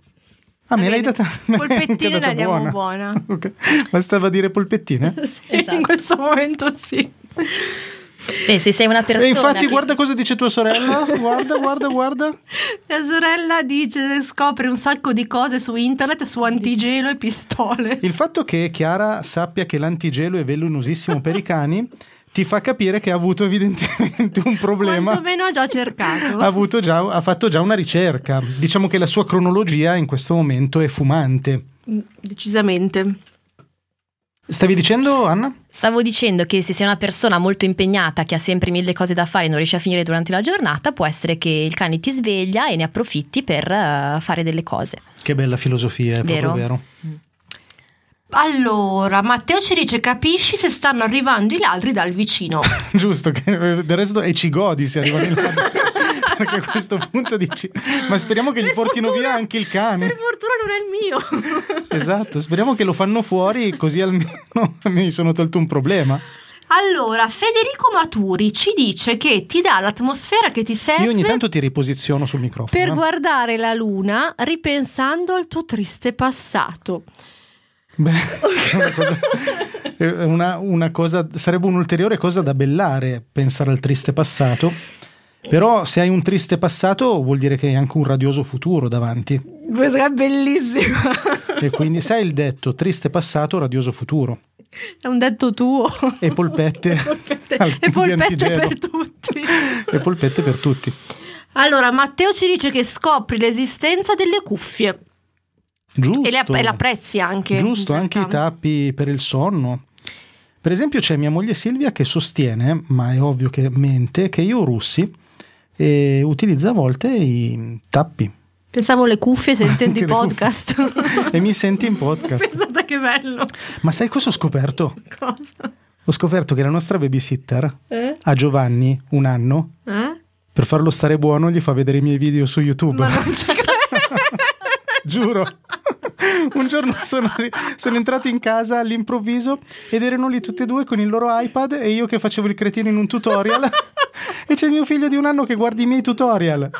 Ah, me Va l'hai bene. data... me l'hai anche Polpettine data la diamo buona. Ok. Bastava dire polpettine? Esatto. In questo momento sì. Beh, Eh, se sei una persona e infatti che- guarda cosa dice tua sorella. Guarda, guarda, guarda. La sorella dice scopre un sacco di cose su internet su antigelo e pistole. Il fatto che Chiara sappia che l'antigelo è velenosissimo per i cani ti fa capire che ha avuto evidentemente un problema. Ah. Quantomeno ha già Ha, cercato. avuto già, ha fatto già una ricerca. Diciamo che la sua cronologia in questo momento è fumante. Decisamente. Stavi dicendo, Anna? Stavo dicendo che se sei una persona molto impegnata che ha sempre mille cose da fare e non riesce a finire durante la giornata, può essere che il cane ti sveglia e ne approfitti per eh, fare delle cose. Che bella filosofia, è Vero. proprio vero. Allora, Matteo ci dice: Capisci se stanno arrivando i ladri dal vicino. Giusto, che del resto e ci godi se arrivano in là. Perché a questo punto dici, ma speriamo che gli Per portino fortuna- via anche il cane. Per fortuna non è il mio. Esatto, speriamo che lo fanno fuori così almeno mi sono tolto un problema. Allora, Federico Maturi ci dice che ti dà l'atmosfera che ti serve Io ogni tanto ti riposiziono sul microfono. per eh. guardare la luna ripensando al tuo triste passato. Beh, è una cosa- è una- una cosa- sarebbe un'ulteriore cosa da bellare, pensare al triste passato. Però se hai un triste passato vuol dire che hai anche un radioso futuro davanti. Questa è bellissima. E quindi sai il detto triste passato, radioso futuro. È un detto tuo. E polpette. Polpette- al- e di polpette antigelo. per tutti. E polpette per tutti. Allora, Matteo ci dice che scopri l'esistenza delle cuffie Giusto. e le app- e le apprezzi anche. Giusto, in anche i realtà. tappi per il sonno. Per esempio c'è mia moglie Silvia che sostiene, ma è ovvio che mente, che io russi e utilizza a volte i tappi. Pensavo le cuffie sentendo Anche i le cuffie. podcast. E mi senti in podcast. Pensate che bello. Ma sai cosa ho scoperto? Cosa? Ho scoperto che la nostra babysitter Eh? a Giovanni, un anno, Eh? per farlo stare buono gli fa vedere i miei video su YouTube. Ma non ci credo. Giuro. Un giorno sono, ri- sono entrato in casa all'improvviso ed erano lì tutti e due con il loro iPad e io che facevo il cretino in un tutorial e c'è mio figlio di un anno che guarda i miei tutorial.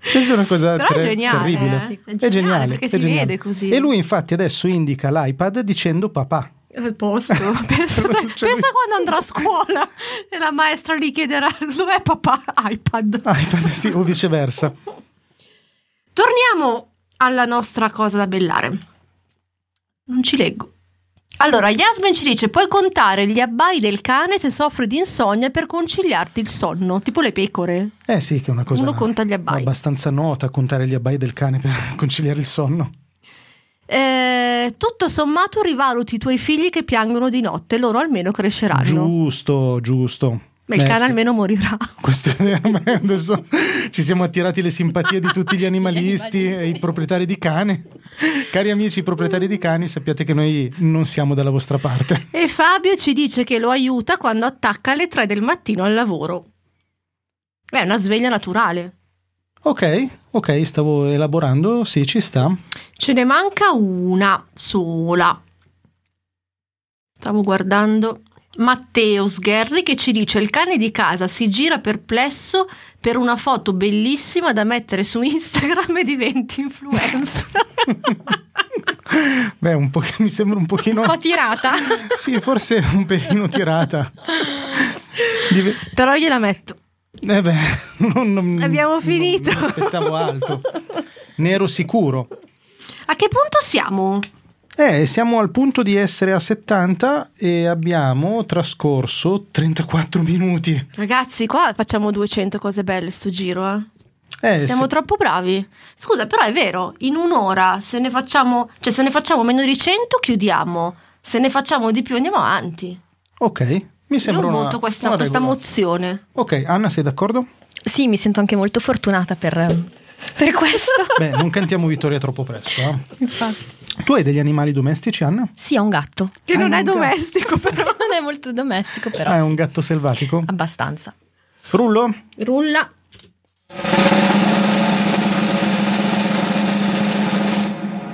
Questa è una cosa Però è ter- geniale, terribile. eh? È geniale, perché è si geniale. vede così. E lui infatti adesso indica l'iPad dicendo papà. Al posto. Pensa, Non c'è pensa lui. quando andrà a scuola e la maestra gli chiederà dov'è papà iPad. iPad sì, o viceversa. Torniamo alla nostra cosa da bellare. Non ci leggo. Allora, Yasmin ci dice: puoi contare gli abbai del cane se soffri di insonnia per conciliarti il sonno, tipo le pecore. Eh sì, che è una cosa Uno conta gli abbai. abbastanza nota, contare gli abbai del cane per conciliare il sonno. Eh, tutto sommato, rivaluti i tuoi figli che piangono di notte, loro almeno cresceranno. Giusto, giusto. Ma il Eh, cane sì. almeno morirà. Questo è vero, adesso ci siamo attirati le simpatie di tutti gli animalisti e i proprietari di cane. Cari amici proprietari di cani, sappiate che noi non siamo dalla vostra parte. E Fabio ci dice che lo aiuta quando attacca alle 3 del mattino al lavoro. Beh, È una sveglia naturale. Ok, ok, stavo elaborando, sì, ci sta. Ce ne manca una sola. Stavo guardando. Matteo Sgherri che ci dice il cane di casa si gira perplesso per una foto bellissima da mettere su Instagram e diventi influencer. Beh, un po' mi sembra un pochino Un po' tirata. Sì, forse un pelino tirata. Dive- Però gliela metto. Eh beh, non, non- Abbiamo non- finito. Non, aspettavo altro. Nero sicuro. A che punto siamo? Eh, siamo al punto di essere a 70 e abbiamo trascorso 34 minuti. Ragazzi, qua facciamo 200 cose belle sto giro, eh. Eh, Siamo se- troppo bravi. Scusa, però è vero, in un'ora se ne facciamo, cioè se ne facciamo meno di 100 chiudiamo, se ne facciamo di più andiamo avanti. Ok, mi sembra Io una, voto questa, una questa regola. mozione. Ok, Anna, sei d'accordo? Sì, mi sento anche molto fortunata per, ehm, per questo. Beh, non cantiamo vittoria troppo presto. eh. Infatti. Tu hai degli animali domestici, Anna? Sì, ho un gatto. Che non Ah, è un gatto. domestico però. Non è molto domestico, però. Ah, è sì, un gatto selvatico. Abbastanza. Rullo? Mm. Rulla.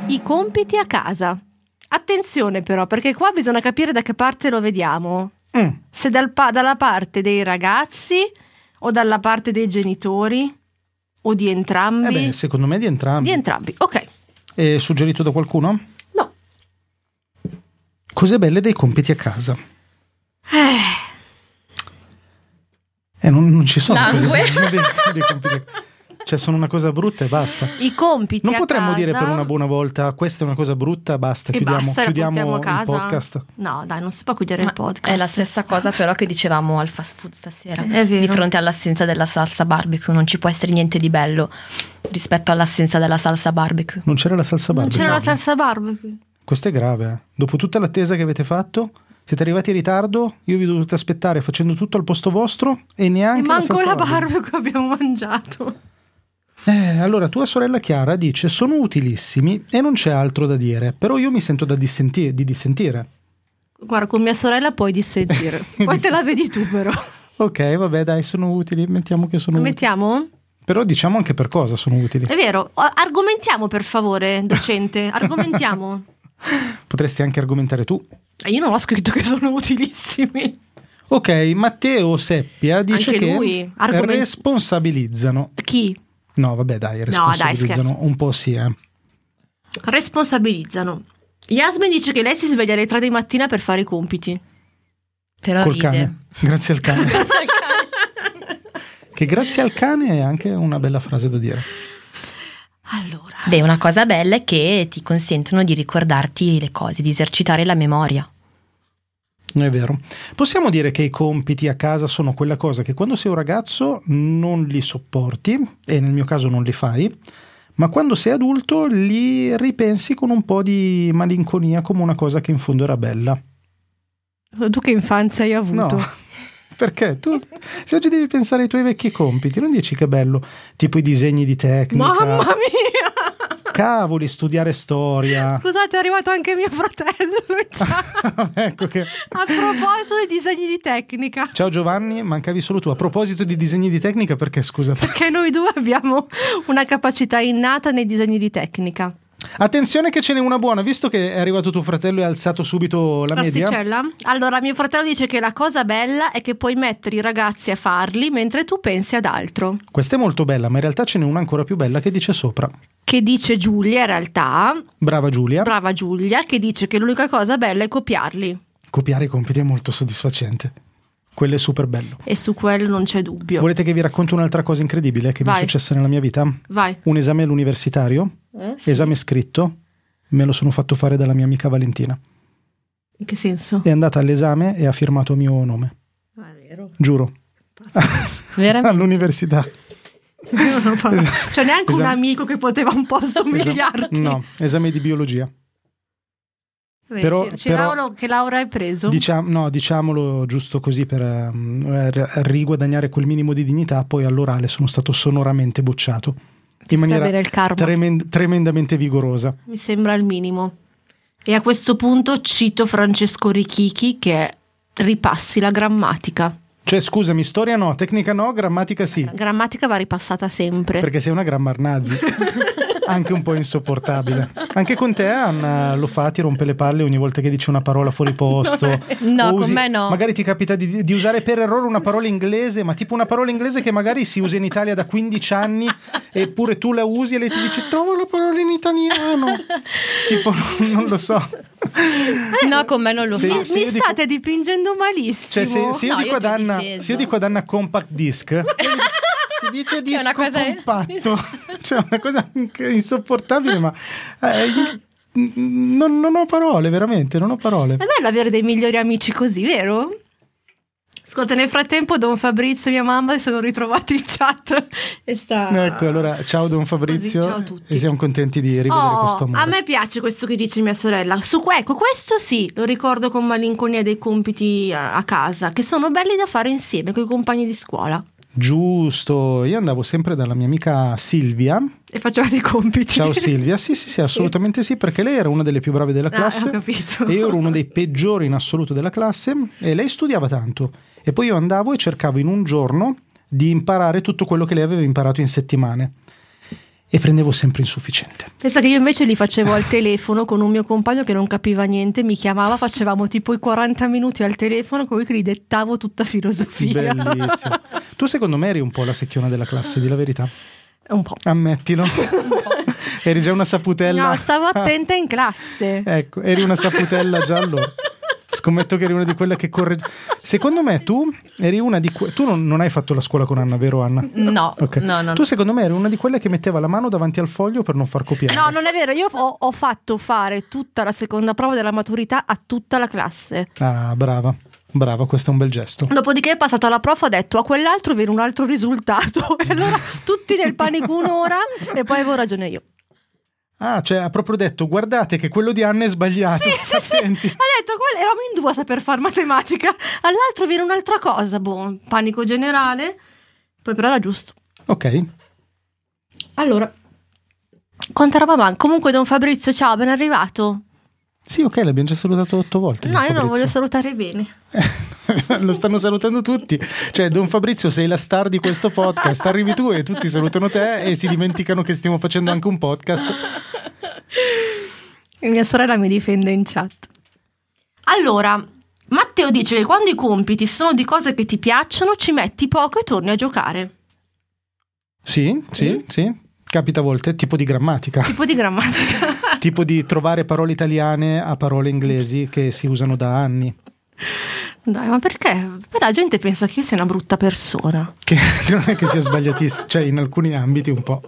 I compiti a casa. Attenzione però, perché qua bisogna capire da che parte lo vediamo. Mm, Se dal pa- dalla parte dei ragazzi o dalla parte dei genitori o di entrambi. Eh beh, secondo me di entrambi. Di entrambi, ok. È suggerito da qualcuno? No. Cose belle dei compiti a casa. Eh, non, non ci sono cose Langue. belle dei, dei compiti a casa. Cioè, sono una cosa brutta e basta. I compiti Non a potremmo casa- dire per una buona volta questa è una cosa brutta, basta, E chiudiamo, basta, la portiamo chiudiamo a casa. il podcast. No, dai, non si può chiudere Ma il podcast. È la stessa cosa, però, che dicevamo al fast food stasera. È vero. Di fronte all'assenza della salsa barbecue, non ci può essere niente di bello rispetto all'assenza della salsa barbecue. Non c'era la salsa Non barbecue. c'era la salsa barbecue. Questo è grave. eh. Dopo tutta l'attesa che avete fatto, siete arrivati in ritardo, io vi ho dovuto aspettare facendo tutto al posto vostro e E neanche la manco salsa la barbecue. barbecue abbiamo mangiato. Eh, allora, tua sorella Chiara dice: Sono utilissimi e non c'è altro da dire, però io mi sento da dissenti- di dissentire. Guarda, con mia sorella puoi dissentire. Poi te la vedi tu, però. Ok, vabbè, dai, sono utili. Mettiamo che sono utili. Mettiamo? Però diciamo anche per cosa sono utili. È vero. O- Argomentiamo, per favore, docente. Argomentiamo. Potresti anche argomentare tu. Eh, Io non ho scritto che sono utilissimi. Ok, Matteo Seppia dice Anche che lui, argomen- responsabilizzano. Chi? No, vabbè, dai, responsabilizzano scherzo. un po' sì, eh. Responsabilizzano. Yasmin dice che lei si sveglia alle 3 di mattina per fare i compiti. Però Col ride. cane. Grazie al cane. che grazie al cane è anche una bella frase da dire. Allora. Beh, una cosa bella è che ti consentono di ricordarti le cose, di esercitare la memoria. È vero. Possiamo dire che i compiti a casa sono quella cosa che quando sei un ragazzo non li sopporti, e nel mio caso non li fai, ma quando sei adulto li ripensi con un po' di malinconia come una cosa che in fondo era bella. Tu che infanzia hai avuto? No. Perché tu, se oggi devi pensare ai tuoi vecchi compiti, non dici che bello, tipo i disegni di tecnica, Mamma mia! cavoli, studiare storia. Scusate, è arrivato anche mio fratello. in chat. ecco che. A proposito dei disegni di tecnica. Ciao Giovanni, mancavi solo tu. A proposito di disegni di tecnica, perché scusa? Perché noi due abbiamo una capacità innata nei disegni di tecnica. Attenzione che ce n'è una buona, visto che è arrivato tuo fratello e ha alzato subito la media. L'asticella? Allora, mio fratello dice che la cosa bella è che puoi mettere i ragazzi a farli mentre tu pensi ad altro. Questa è molto bella, ma in realtà ce n'è una ancora più bella che dice sopra. Che dice Giulia, in realtà, Brava Giulia, brava Giulia, che dice che l'unica cosa bella è copiarli. copiare i compiti è molto soddisfacente. Quello è super bello. E su quello non c'è dubbio. Volete che vi racconti un'altra cosa incredibile che mi Vai. è successa nella mia vita? Vai. Un esame all'universitario, esame scritto, me lo sono fatto fare dalla mia amica Valentina. In che senso? È andata all'esame e ha firmato a mio nome, Ah, è vero. giuro. Veramente. All'università. Io non ho paura. C'è Cioè, neanche un Esatto. amico che poteva un po' assomigliarti. No, esame di biologia. Beh, però- ci- ci però- Laura, che Laura hai preso? Diciam- no, diciamolo giusto così per ehm, r- riguadagnare quel minimo di dignità, poi all'orale sono stato sonoramente bocciato in sta maniera bene il karma. tremen- tremendamente vigorosa. Mi sembra il minimo. E a questo punto cito Francesco Richichi che è ripassi la grammatica. Cioè, scusami, storia no, tecnica no, grammatica sì, La grammatica va ripassata sempre. perché sei una grammarnazi. Anche un po' insopportabile. Anche con te, Anna, lo fa, ti rompe le palle ogni volta che dici una parola fuori posto. No, O con usi- me no. Magari ti capita di, di usare per errore una parola inglese, ma tipo una parola inglese che magari si usa in Italia da 15 anni, eppure tu la usi e lei ti dice: Trova la parola in italiano. tipo, non lo so. No, con me non lo Sì. fa. Mi, se mi io dico- state dipingendo malissimo. Cioè, se, se io No, dico io ad ti ho Anna, difeso. se io dico ad Anna compact disc, si dice Che è disco una cosa- compatto. cioè, una cosa anche insopportabile, ma eh, io- non, non ho parole, veramente, non ho parole. È Eh, bello avere dei migliori amici così, vero? Ascolta, nel frattempo Don Fabrizio e mia mamma si sono ritrovati in chat e sta... Ecco, allora, ciao Don Fabrizio. Così, ciao a tutti. E siamo contenti di rivedere Oh, questo amore. a me piace questo che dice mia sorella. Su, que- ecco, questo sì, lo ricordo con malinconia dei compiti a, a casa, che sono belli da fare insieme con i compagni di scuola. Giusto, io andavo sempre dalla mia amica Silvia. E facevate i compiti. Ciao Silvia, sì, sì, sì, assolutamente sì, perché lei era una delle più brave della Ah, classe ho capito. e io ero uno dei peggiori in assoluto della classe e lei studiava tanto e poi io andavo e cercavo in un giorno di imparare tutto quello che lei aveva imparato in settimane e prendevo sempre insufficiente. Pensa che io invece li facevo al telefono con un mio compagno che non capiva niente, mi chiamava, facevamo tipo i 40 minuti al telefono con lui che gli dettavo tutta filosofia. Bellissimo. tu secondo me eri un po' la secchiona della classe, di la verità. Un po'. Ammettilo. eri già una saputella. No, stavo attenta in classe. Ecco, eri una saputella già allora. Scommetto che eri una di quelle che corre. Secondo me tu eri una di que- tu non, non hai fatto la scuola con Anna, vero Anna? No, Ok. no, no. Tu secondo me eri una di quelle che metteva la mano davanti al foglio per non far copiare. No, non è vero, io ho, ho fatto fare tutta la seconda prova della maturità a tutta la classe. Ah, brava. Brava, questo è un bel gesto. Dopodiché è passata la prof, ha detto a quell'altro viene un altro risultato. E allora tutti nel panico un'ora e poi avevo ragione io. Ah, cioè ha proprio detto "Guardate che quello di Anna è sbagliato". Sì, sì, sì. Ha Ah, Attenti. detto, "Quella- eravamo in due a saper fare matematica, all'altro viene un'altra cosa, boh, panico generale. Poi però era giusto. Ok. Allora, quanta roba manca? Comunque, Don Fabrizio, ciao, ben arrivato. Sì, ok, l'abbiamo già salutato otto volte. No, Don io non voglio Fabrizio. salutare bene. Lo stanno salutando tutti. Cioè, Don Fabrizio, sei la star di questo podcast. Arrivi tu e tutti salutano te e si dimenticano che stiamo facendo anche un podcast. E Mia sorella mi difende in chat. Allora, Matteo dice che quando i compiti sono di cose che ti piacciono, ci metti poco e torni a giocare. Sì, sì, sì. Capita a volte, tipo di grammatica, Tipo di grammatica. tipo di trovare parole italiane a parole inglesi che si usano da anni. Dai, ma perché? Poi la gente pensa che io sia una brutta persona. Che non è che sia sbagliatissimo, cioè in alcuni ambiti un po'.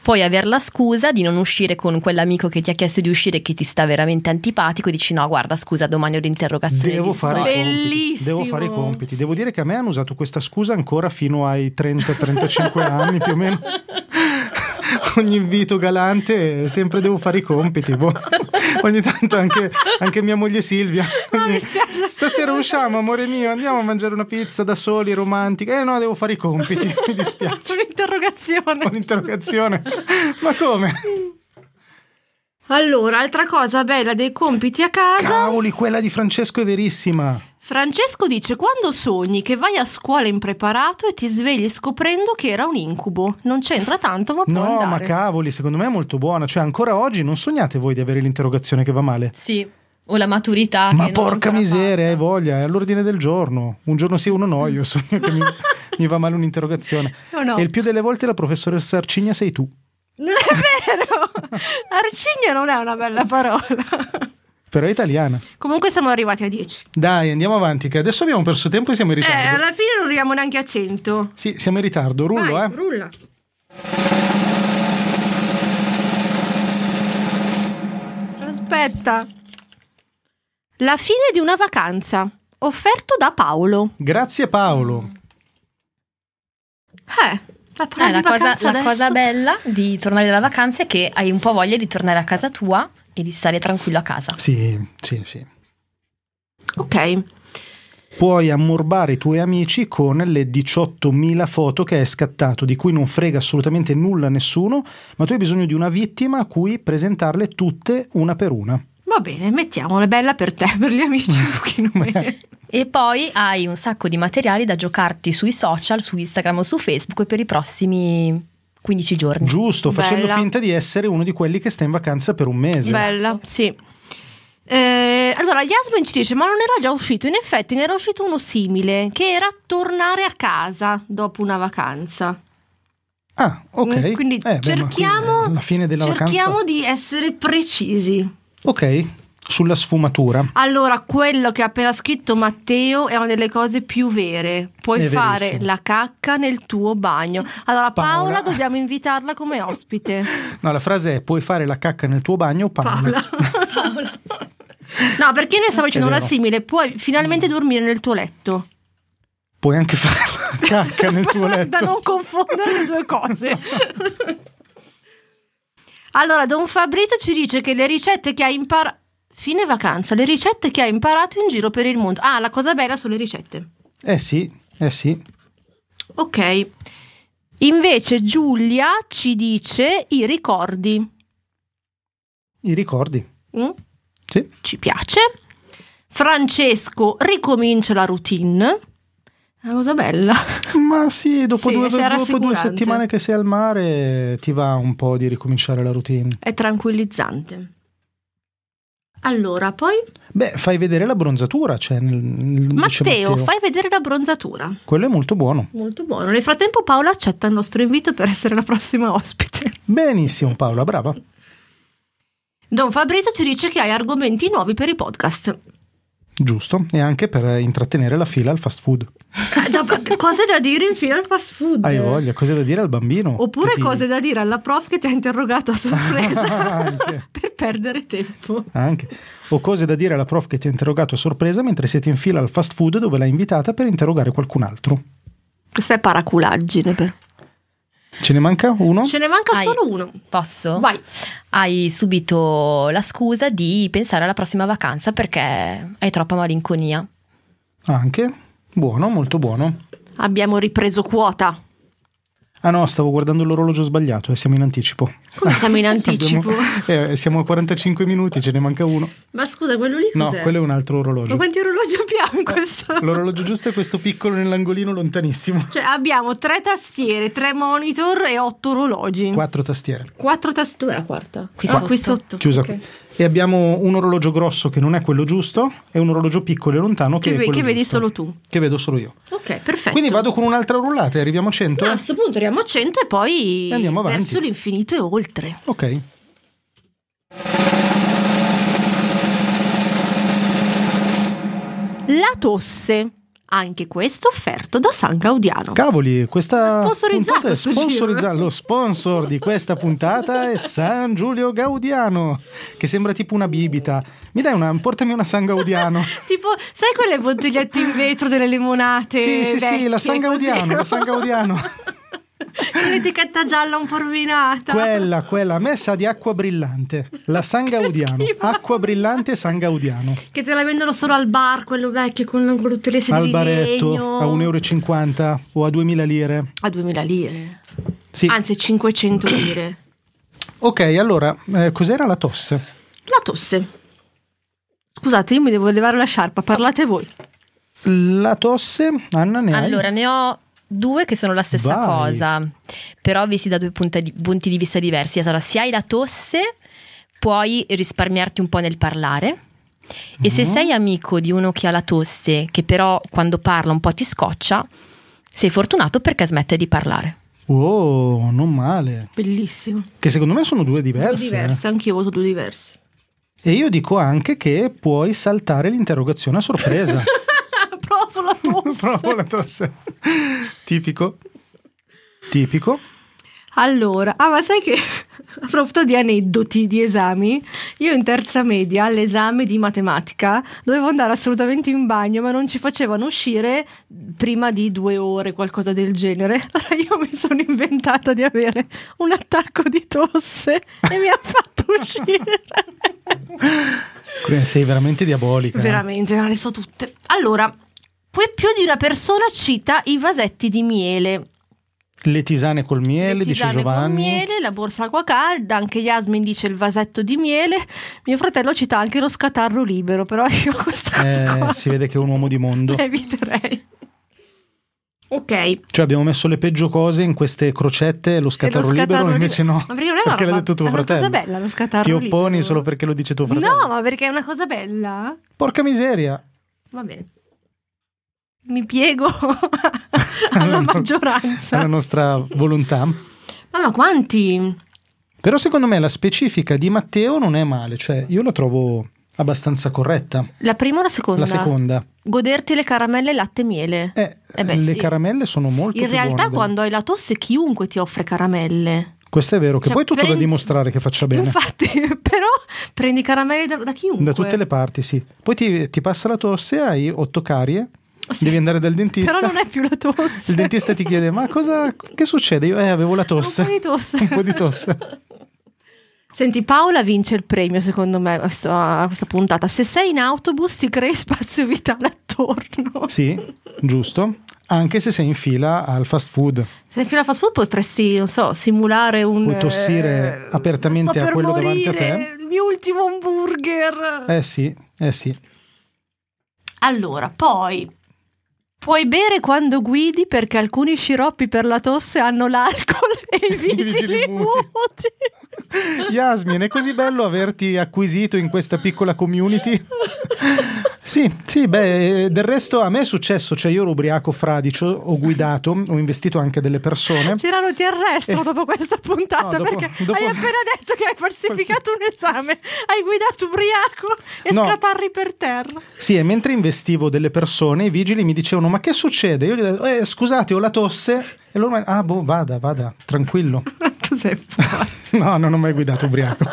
Puoi aver la scusa di non uscire con quell'amico che ti ha chiesto di uscire e che ti sta veramente antipatico e dici no guarda scusa domani ho l'interrogazione Devo di fare, storia. i compiti, Bellissimo. devo fare i compiti. Devo dire che a me hanno usato questa scusa ancora fino ai 30-35 anni più o meno. Ogni invito galante, eh, sempre devo fare i compiti. boh. Ogni tanto anche, anche mia moglie Silvia. Ah, mi spiace. Stasera usciamo, amore mio, andiamo a mangiare una pizza da soli, romantica. Eh no, devo fare i compiti, mi dispiace. Un'interrogazione. Un'interrogazione. Ma come? Allora, altra cosa bella dei compiti a casa. Cavoli, quella di Francesco è verissima. Francesco dice quando sogni che vai a scuola impreparato e ti svegli scoprendo che era un incubo. Non c'entra tanto, ma può No, andare. ma cavoli, secondo me è molto buona. Cioè, ancora oggi non sognate voi di avere l'interrogazione che va male. Sì, o la Ah, maturità. ma che non ho porca ancora miseria, hai fatta. voglia, è all'ordine del giorno. Un giorno sì, uno no, io sogno che mi, mi va male un'interrogazione. No, no. E il più delle volte la professoressa Arcigna sei tu. Non è vero! Arcigna non è una bella parola. Però è italiana. Comunque siamo arrivati a 10. Dai, andiamo avanti, che adesso abbiamo perso tempo e siamo in Eh, ritardo. alla fine non arriviamo neanche a 100. Sì, siamo in ritardo, rullo, Vai, eh. Rulla. Aspetta. La fine di una vacanza. Offerto da Paolo. Grazie Mm. Paolo. Eh, la parola Eh, la, di cosa, vacanza la adesso. cosa bella di tornare dalla vacanza è che hai un po' voglia di tornare a casa tua e di stare tranquillo a casa. Sì, sì, sì. Ok. Puoi ammorbare i tuoi amici con le 18.000 foto che hai scattato, di cui non frega assolutamente nulla a nessuno, ma tu hai bisogno di una vittima a cui presentarle tutte una per una. Va bene, mettiamola bella per te, per gli amici un pochino meno. E poi hai un sacco di materiali da giocarti sui social, su Instagram o su Facebook per i prossimi 15 giorni. Giusto, facendo Bella. finta di essere uno di quelli che sta in vacanza per un mese. Bella, sì. Eh, allora, Yasmin ci dice: Ma non era già uscito? In effetti, ne era uscito uno simile, che era tornare a casa dopo una vacanza. Ah, ok. Mm, Quindi Eh, beh, ma qui cerchiamo, è alla fine della cerchiamo vacanza. di essere precisi. Ok, sulla sfumatura. Allora, quello che ha appena scritto Matteo è una delle cose più vere. Puoi È fare verissimo. la cacca nel tuo bagno. Allora, Paola, Paola. dobbiamo invitarla come ospite. No, la frase è puoi fare la cacca nel tuo bagno, Paola. No, perché noi stiamo dicendo una vero. simile, puoi finalmente dormire nel tuo letto. Puoi anche fare la cacca nel tuo da non letto. confondere le due cose. allora, Don Fabrizio ci dice che le ricette che ha imparato. Fine vacanza, le ricette che ha imparato in giro per il mondo. Ah, la cosa bella sono le ricette. Eh sì, eh sì. Ok. Invece Giulia ci dice i ricordi. I ricordi. Mm? Sì. Ci piace. Francesco ricomincia la routine. Una cosa bella. Ma sì, dopo, Sì, due, se era dopo due assicurante. settimane che sei al mare ti va un po' di ricominciare la routine. È tranquillizzante. Allora, poi Beh, fai vedere la bronzatura, cioè nel, nel- dice Matteo, fai vedere la bronzatura. Quello è molto buono. Molto buono. Nel frattempo Paola accetta il nostro invito per essere la prossima ospite. Benissimo Paola, brava. Don Fabrizio ci dice che hai argomenti nuovi per i podcast. Eh, Giusto, e anche per eh, intrattenere la fila al fast food. Eh, da- da- cose da dire in fila al fast food. Hai voglia, cose da dire al bambino? Oppure Che ti- cose da dire alla prof che ti ha interrogato a sorpresa Anche. per perdere tempo. Anche. O cose da dire alla prof che ti ha interrogato a sorpresa mentre siete in fila al fast food dove l'hai invitata per interrogare qualcun altro. Questa è paraculaggine. per- Ce ne manca uno? Ce ne manca Hai- solo uno. Posso? Vai. Hai subito la scusa di pensare alla prossima vacanza perché hai troppa malinconia. Anche. Buono, molto buono. Abbiamo ripreso quota. Ah no, stavo guardando l'orologio sbagliato e siamo in anticipo. Come siamo in anticipo? Abbiamo- eh, siamo a 45 minuti, ce ne manca uno. Ma scusa, quello lì No, cos'è? quello è un altro Ma orologio. quanti orologi abbiamo in questo? L'orologio giusto è questo piccolo nell'angolino lontanissimo. Cioè abbiamo tre tastiere, tre monitor e otto orologi. Quattro tastiere. Quattro tastiere. Dove è la quarta? Qui sotto. qui sotto. Chiusa Ok. qui. E abbiamo un orologio grosso che non è quello giusto e un orologio piccolo e lontano che, Che, è ve- quello che vedi giusto, solo tu. Che vedo solo io. Ok, perfetto. Quindi vado con un'altra rullata e arriviamo a 100. No, a questo punto arriviamo a 100 e poi E andiamo avanti. verso l'infinito e oltre. Ok. La tosse, anche questo offerto da San Gaudiano. Cavoli, questa Ha sponsorizzato puntata è sto giro. sponsorizzata. Lo sponsor di questa puntata è San Giulio Gaudiano, che sembra tipo una bibita. Mi dai una, portami una San Gaudiano. Tipo, sai quelle bottigliette in vetro delle limonate? sì, sì, vecchie, sì, la San Gaudiano, così, la no? San Gaudiano. Con L'etichetta gialla un po' rovinata. Quella, quella, messa di acqua brillante. La San Gaudiano, schifo. acqua brillante San Gaudiano. Che te la vendono solo al bar, quello vecchio, con, con tutte le sedie Al di baretto legno. a 1,50 euro o a 2000 lire. A 2000 lire. Sì. Anzi, 500 lire. Ok, allora, eh, cos'era la tosse? La tosse. Scusate, io mi devo levare la sciarpa, parlate voi. La tosse, Anna ne hai? Allora, ne ho due che sono la stessa Vai. cosa, però visti da due punta di- punti di vista diversi. Allora, se hai la tosse, puoi risparmiarti un po' nel parlare. E Mm-hmm. se sei amico di uno che ha la tosse, che però quando parla un po' ti scoccia, sei fortunato perché smette di parlare. Oh, non male. Bellissimo. Che secondo me sono due diverse. Due diverse, anch'io voto due diversi. E io dico anche che puoi saltare l'interrogazione a sorpresa. Proprio la tosse. Proprio la tosse. Tipico. Tipico. Allora, ah, ma sai che a proposito di aneddoti di esami, io in terza media all'esame di matematica dovevo andare assolutamente in bagno, ma non ci facevano uscire prima di due ore, qualcosa del genere. Allora io mi sono inventata di avere un attacco di tosse e mi ha fatto uscire. Quindi Sei veramente diabolica. eh. Veramente, ma le so tutte. Allora, poi più di una persona cita i vasetti di miele. Le tisane col miele, Le dice tisane Giovanni. Con miele, la borsa acqua calda, anche Yasmin dice il vasetto di miele. Mio fratello cita anche lo scatarro libero, però io questa cosa Eh. Eh, qua si vede che è un uomo di mondo. la eviterei. Ok, e Cioè abbiamo messo le peggio cose in queste crocette e lo lo scatarro scatarro libero, libero. invece no. Ma perché non è una perché l'ha roba- detto tuo è una cosa fratello. bella, lo scatarro Ti opponi libero. solo perché lo dice tuo fratello. No, ma perché è una cosa bella? Porca miseria. Va bene. Mi piego alla È la maggioranza. nostra volontà. Ma, ma quanti? Però secondo me la specifica di Matteo non è male, cioè io la trovo abbastanza corretta. La prima o la seconda? La seconda. Goderti le caramelle latte e miele. Eh, Eh beh, le sì. caramelle sono molto In più buone realtà delle- quando hai la tosse chiunque ti offre caramelle. Questo è vero, che Cioè, poi è tutto da prendi- dimostrare che faccia bene. Infatti, però prendi caramelle da, da chiunque. Da tutte le parti, sì. Poi ti, ti passa la tosse, hai otto carie, Ah, Sì. devi andare dal dentista. Però non è più la tosse. Il dentista ti chiede, ma cosa... che succede? Io eh, avevo la tosse. Un po' di tosse. Un po' di tosse. Senti, Paola vince il premio secondo me a questo- a questa puntata. Se sei in autobus ti crei spazio vitale attorno. Sì, giusto. Anche se sei in fila al fast food. Se fino a fast food potresti, non so, simulare un... Puoi tossire eh, apertamente sto a per quello davanti a te. morire, Il mio ultimo hamburger. Eh sì, eh sì. Allora, poi puoi bere quando guidi perché alcuni sciroppi per la tosse hanno l'alcol e i vigili, vigili muti. muti. Yasmin, è così bello averti acquisito in questa piccola community. Sì, sì, beh, del resto a me è successo, cioè io ero ubriaco fradicio, ho guidato, ho investito anche delle persone. Tirano ti arrestano Eh. dopo questa puntata No, dopo- perché dopo- hai appena detto che hai falsificato un esame, hai guidato ubriaco e No. scatarri per terra. Sì, e mentre investivo delle persone, i vigili mi dicevano "Ma che succede?" Io gli ho detto "Eh, scusate, ho la tosse." E loro mi "Ah, boh, vada, vada, tranquillo." Tu sei fuori. No, non ho mai guidato ubriaco.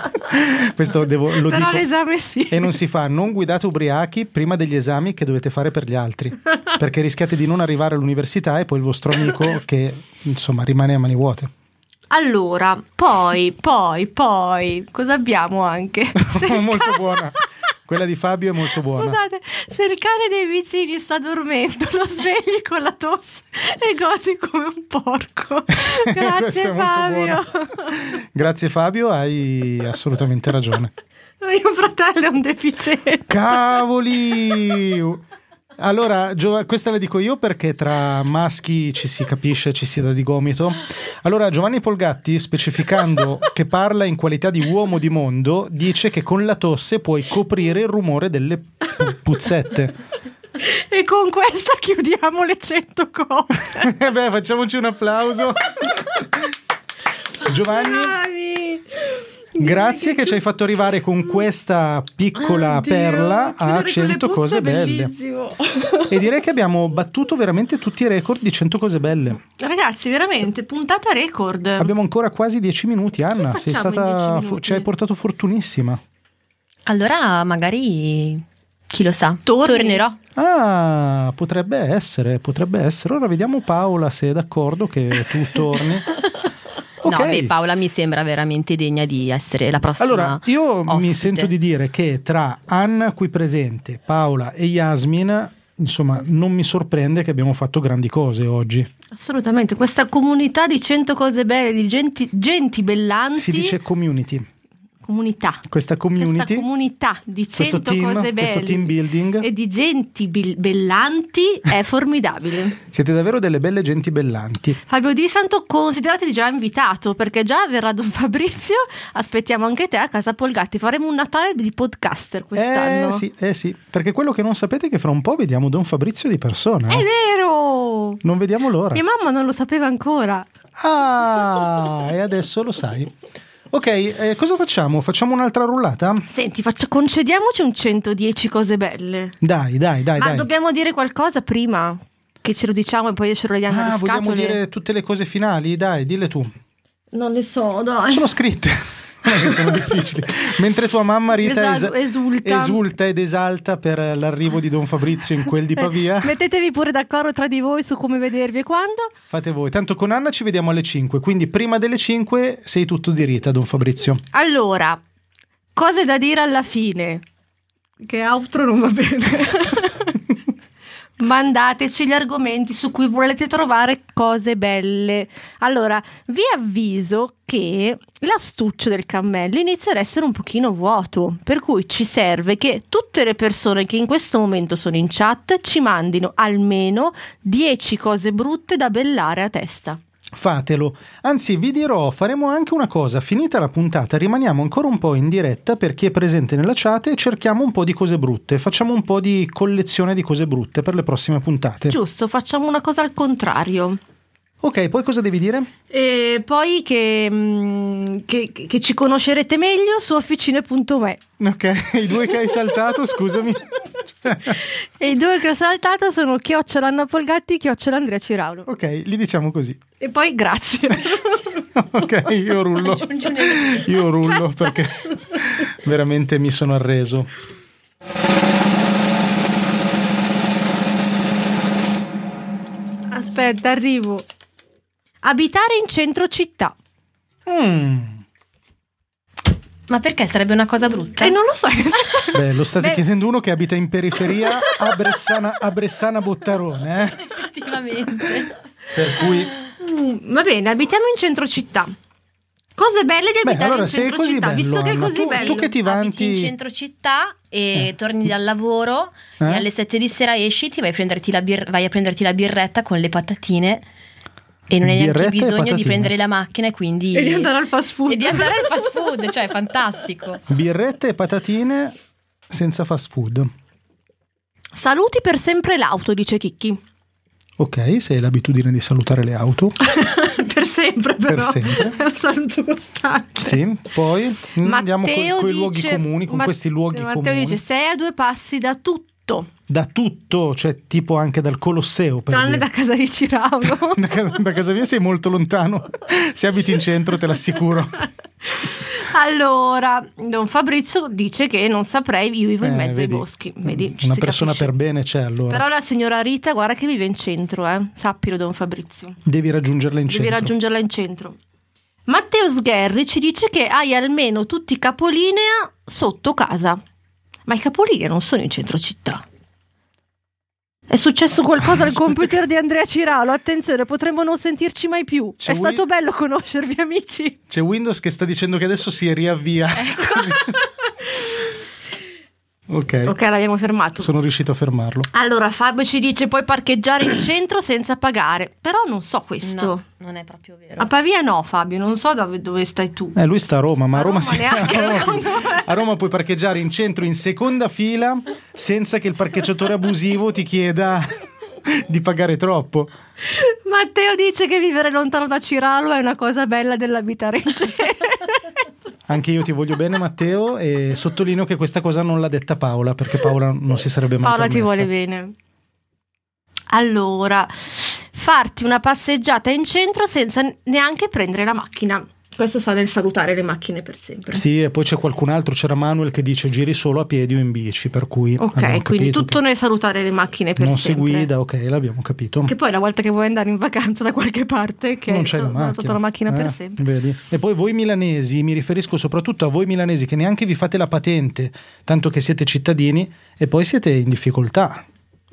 Questo devo, lo Però dico. l'esame sì. E non si fa, non guidate ubriachi prima degli esami che dovete fare per gli altri, perché rischiate di non arrivare all'università e poi il vostro amico che insomma rimane a mani vuote. Allora, poi, poi, poi, cosa abbiamo anche? Molto buona. Quella di Fabio è molto buona. Scusate, se il cane dei vicini sta dormendo, lo svegli con la tosse e godi come un porco. Questa Esatto, è Grazie molto Fabio. Grazie Fabio, hai assolutamente ragione. Mio fratello è un deficiente. Cavoli! Allora, Giova- questa la dico io perché tra maschi ci si capisce, ci si dà di gomito. Allora, Giovanni Polgatti, specificando che parla in qualità di uomo di mondo, dice che con la tosse puoi coprire il rumore delle pu- puzzette. E con questa chiudiamo le 100 cose. Eh Beh, facciamoci un applauso. Giovanni, Bravi. grazie che ci hai fatto arrivare con questa piccola Oddio, perla a chiudere con le 100 puzze cose è belle. bellissimo. E direi che abbiamo battuto veramente tutti i record di 100 cose belle. Ragazzi, veramente, puntata record. Abbiamo ancora quasi 10 minuti, Anna. Che Sei facciamo in stata 10 fu- ci minuti? hai portato fortunissima. Allora, magari chi lo sa, Torni. tornerò. Ah, potrebbe essere, potrebbe essere. Ora vediamo Paola se è d'accordo che tu torni. Ok. No, beh, Paola mi sembra veramente degna di essere la prossima. Allora, io mi ospite. sento di dire che tra Anna qui presente, Paola e Yasmin, insomma, non mi sorprende che abbiamo fatto grandi cose oggi. Assolutamente, questa comunità di 100 cose belle, di genti, genti bellanti. Si dice community. comunità. Questa Questa community, comunità di questo 100 team, cose belle questo team building. e di genti bil- bellanti è formidabile. siete davvero delle belle genti bellanti. Fabio Di Santo, considerati già invitato perché già verrà Don Fabrizio. Aspettiamo anche te a casa Polgatti. Faremo un Natale di podcaster quest'anno. Eh sì, eh sì, perché quello che non sapete è che fra un po' vediamo Don Fabrizio di persona. È eh. vero! Non vediamo l'ora. Mia mamma non lo sapeva ancora. Ah, e adesso lo sai. Ok, eh, cosa facciamo? Facciamo un'altra rullata? Senti, faccio- concediamoci un 110 cose belle. Dai, dai, dai, Ma dai. Ah, dobbiamo dire qualcosa prima che ce lo diciamo e poi ce lo diamo Ah, alle vogliamo scatole? dire tutte le cose finali? Dai, dille tu. Non le so, dai. Sono scritte. Non è che sono difficili. Mentre tua mamma Rita Esal- es- esulta. esulta ed esalta per l'arrivo di Don Fabrizio in quel di Eh, Pavia, Mettetevi pure d'accordo tra di voi su come vedervi e quando. fate voi. Tanto con Anna ci vediamo alle 5, quindi prima delle 5 sei tutto di Rita, Don Fabrizio. Allora, cose da dire alla fine. Che altro non va bene. Mandateci gli argomenti su cui volete trovare cose belle. Allora, vi avviso che l'astuccio del cammello inizia ad essere un pochino vuoto, per cui ci serve che tutte le persone che in questo momento sono in chat ci mandino almeno 10 cose brutte da bellare a testa. Fatelo. Anzi, vi dirò, faremo anche una cosa. Finita la puntata, rimaniamo ancora un po' in diretta per chi è presente nella chat e cerchiamo un po' di cose brutte. Facciamo un po' di collezione di cose brutte per le prossime puntate. Giusto, facciamo una cosa al contrario. Ok, poi cosa devi dire? E poi che, mm, che- che ci conoscerete meglio su officine.me. Ok, i due che hai saltato, scusami. E i due che ho saltato sono Chiocciola Anna Polgatti e Chiocciola Andrea Ciraulo. Ok, li diciamo così. E poi grazie. Ok, io rullo. Io rullo perché veramente mi sono arreso. Aspetta, arrivo. Abitare in centro città. Mm, Ma perché sarebbe una cosa brutta? E Eh, non lo so. Beh, lo state Beh. chiedendo uno che abita in periferia a Bressana, a Bressana Bottarone, eh? Effettivamente. Per cui Mm, Va bene, abitiamo in centro città. Cose belle di Beh, abitare allora, in se è centro così città, bello, visto che è Anna, così tu- bello. tu che ti vanti- Abiti in centro città e torni dal lavoro Eh? e alle 7 di sera esci, ti vai a prenderti la, bir- vai a prenderti la birretta con le patatine e non hai Birretta neanche e bisogno patatine. di prendere la macchina e quindi... E di andare al fast food. E di andare al fast food, cioè è fantastico. birrette e patatine senza fast food. Saluti per sempre l'auto, dice Chicchi. Ok, se hai l'abitudine di salutare le auto. per sempre però. sempre. È un saluto costante. Sì, poi mm, andiamo con Matteo quei dice- luoghi comuni, con Matt- questi luoghi Matteo comuni. dice sei a due passi da tutto, Da tutto, cioè tipo anche dal Colosseo. Per tranne dire. da casa di Ciraulo. da, ca- da casa mia sei molto lontano. Se abiti in centro, te l'assicuro. allora, Don Fabrizio dice che non saprei, io vivo in Eh, mezzo vedi, ai boschi. Vedi, ci una si persona capisce. per bene c'è allora. Però la signora Rita, guarda che vive in centro, eh. sappilo Don Fabrizio. Devi raggiungerla in Devi centro. raggiungerla in centro. Matteo Sgherri ci dice che hai almeno tutti i capolinea sotto casa. ma i capolinea non sono in centro città. È successo qualcosa al computer di Andrea Ciralo, attenzione, potremmo non sentirci mai più. C'è Eh. È Wi- stato bello conoscervi amici. C'è Windows che sta dicendo che adesso si riavvia. Ecco. ok, Ok, l'abbiamo fermato. sono riuscito a fermarlo. Allora Fabio ci dice puoi parcheggiare in centro senza pagare, però non so questo. No, non è proprio vero. A Pavia no Fabio, non so dove, dove stai tu. Eh, lui sta a Roma, ma a A Roma, Roma si- neanche, a, Roma, secondo me. a Roma puoi parcheggiare in centro in seconda fila senza che il parcheggiatore abusivo ti chieda di pagare troppo. Matteo dice che vivere lontano da Ciralo è una cosa bella dell'abitare in centro. Anche io ti voglio bene, Matteo, e sottolineo che questa cosa non l'ha detta Paola, perché Paola non si sarebbe mai Paola ti permessa. vuole bene. Allora, farti una passeggiata in centro senza neanche prendere la macchina. Questo sta nel salutare le macchine per sempre. Sì, e poi c'è qualcun altro, c'era Manuel che dice giri solo a piedi o in bici, per cui abbiamo ok, quindi capito tutto che nel salutare le macchine per non si sempre. guida, ok, l'abbiamo capito. Che poi la volta che vuoi andare in vacanza da qualche parte, che non hai c'è la sal- macchina, salutato la macchina per Eh, sempre. vedi? E poi voi milanesi, mi riferisco soprattutto a voi milanesi che neanche vi fate la patente, tanto che siete cittadini e poi siete in difficoltà.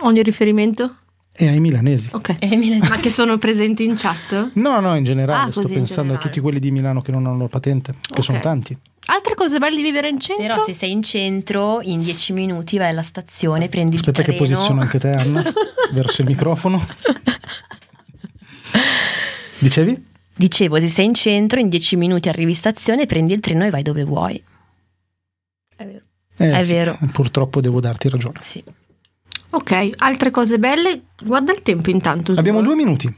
Ogni riferimento? E ai milanesi. Ok. Eh, mi- Ma che sono presenti in chat? No, no, in generale Ah, sto così in pensando a generale. tutti quelli di Milano che non hanno la patente, che Ok. sono tanti. Altre cose belle di vivere in centro? Però se sei in centro, in 10 minuti vai alla stazione, prendi Aspetta il che treno. posiziono anche te Anna verso il microfono. Dicevi? Dicevo, se sei in centro, in 10 minuti arrivi in stazione, prendi il treno e vai dove vuoi. È vero. Eh, È vero. Purtroppo devo darti ragione. Sì. Ok, altre cose belle. Guarda il tempo intanto. Abbiamo Giulio. due minuti.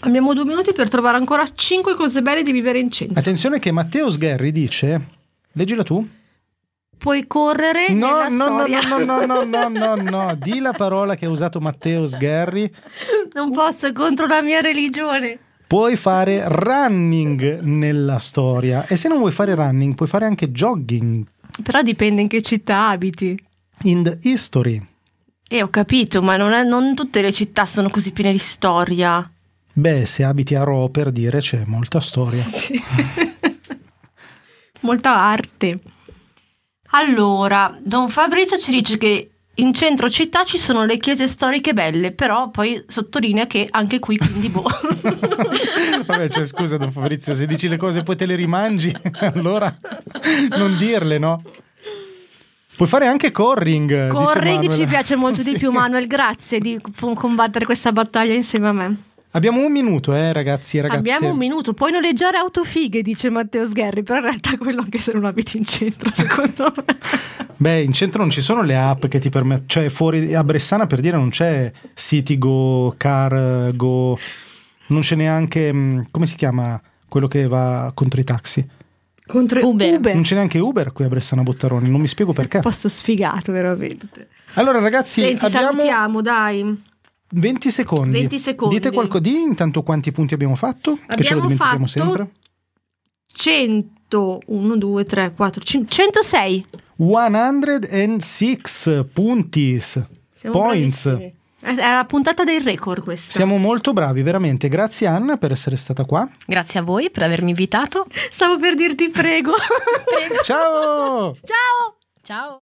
Abbiamo due minuti per trovare ancora cinque cose belle di vivere in centro. Attenzione che Matteo Sgherri dice... Leggila tu. Puoi correre nella No, no, no, storia. no, no, no, no, no, no. Di la parola che ha usato Matteo Sgherri. Non posso, è contro la mia religione. Puoi fare running nella storia. E se non vuoi fare running, puoi fare anche jogging. Però dipende in che città abiti. In the history. Eh, ho capito, ma non, è- non tutte le città sono così piene di storia. Beh, se abiti a Ro, per dire, c'è molta storia. Molta arte. Allora, Don Fabrizio ci dice che in centro città ci sono le chiese storiche belle, però poi sottolinea che anche qui quindi boh. Eh, Vabbè, cioè, scusa Don Fabrizio, se dici le cose e poi te le rimangi, allora non dirle, no? Puoi fare anche corring. Corri dice che ci Manuel. piace molto di Sì. più Manuel, grazie di co- combattere questa battaglia insieme a me. Abbiamo un minuto, eh, ragazzi e ragazze. Abbiamo un minuto, puoi noleggiare autofighe, dice Matteo Sgherri, però in realtà quello anche se non abiti in centro, secondo me. Beh, in centro non ci sono le app che ti permettono, cioè fuori a Bressana per dire non c'è CityGo, CarGo, non c'è neanche, mh, come si chiama quello che va contro i taxi? Contro Uber. Non c'è neanche Uber qui a Bressana Bottaroni, non mi spiego perché. Posto sfigato, veramente. Allora ragazzi, Senti, abbiamo salutiamo, dai. 20 secondi. 20 secondi. Dite qualcosa di intanto quanti punti abbiamo fatto, che ce Abbiamo lo dimentichiamo fatto- sempre. 100, 1, 2, 3, 4, 5, 106. 106 punti. Siamo Points. bravissimi. È è la puntata dei record questa. Siamo molto bravi, veramente. Grazie Anna per essere stata qua. Grazie a voi per avermi invitato. Stavo per dirti prego. Ciao! Ciao! Ciao.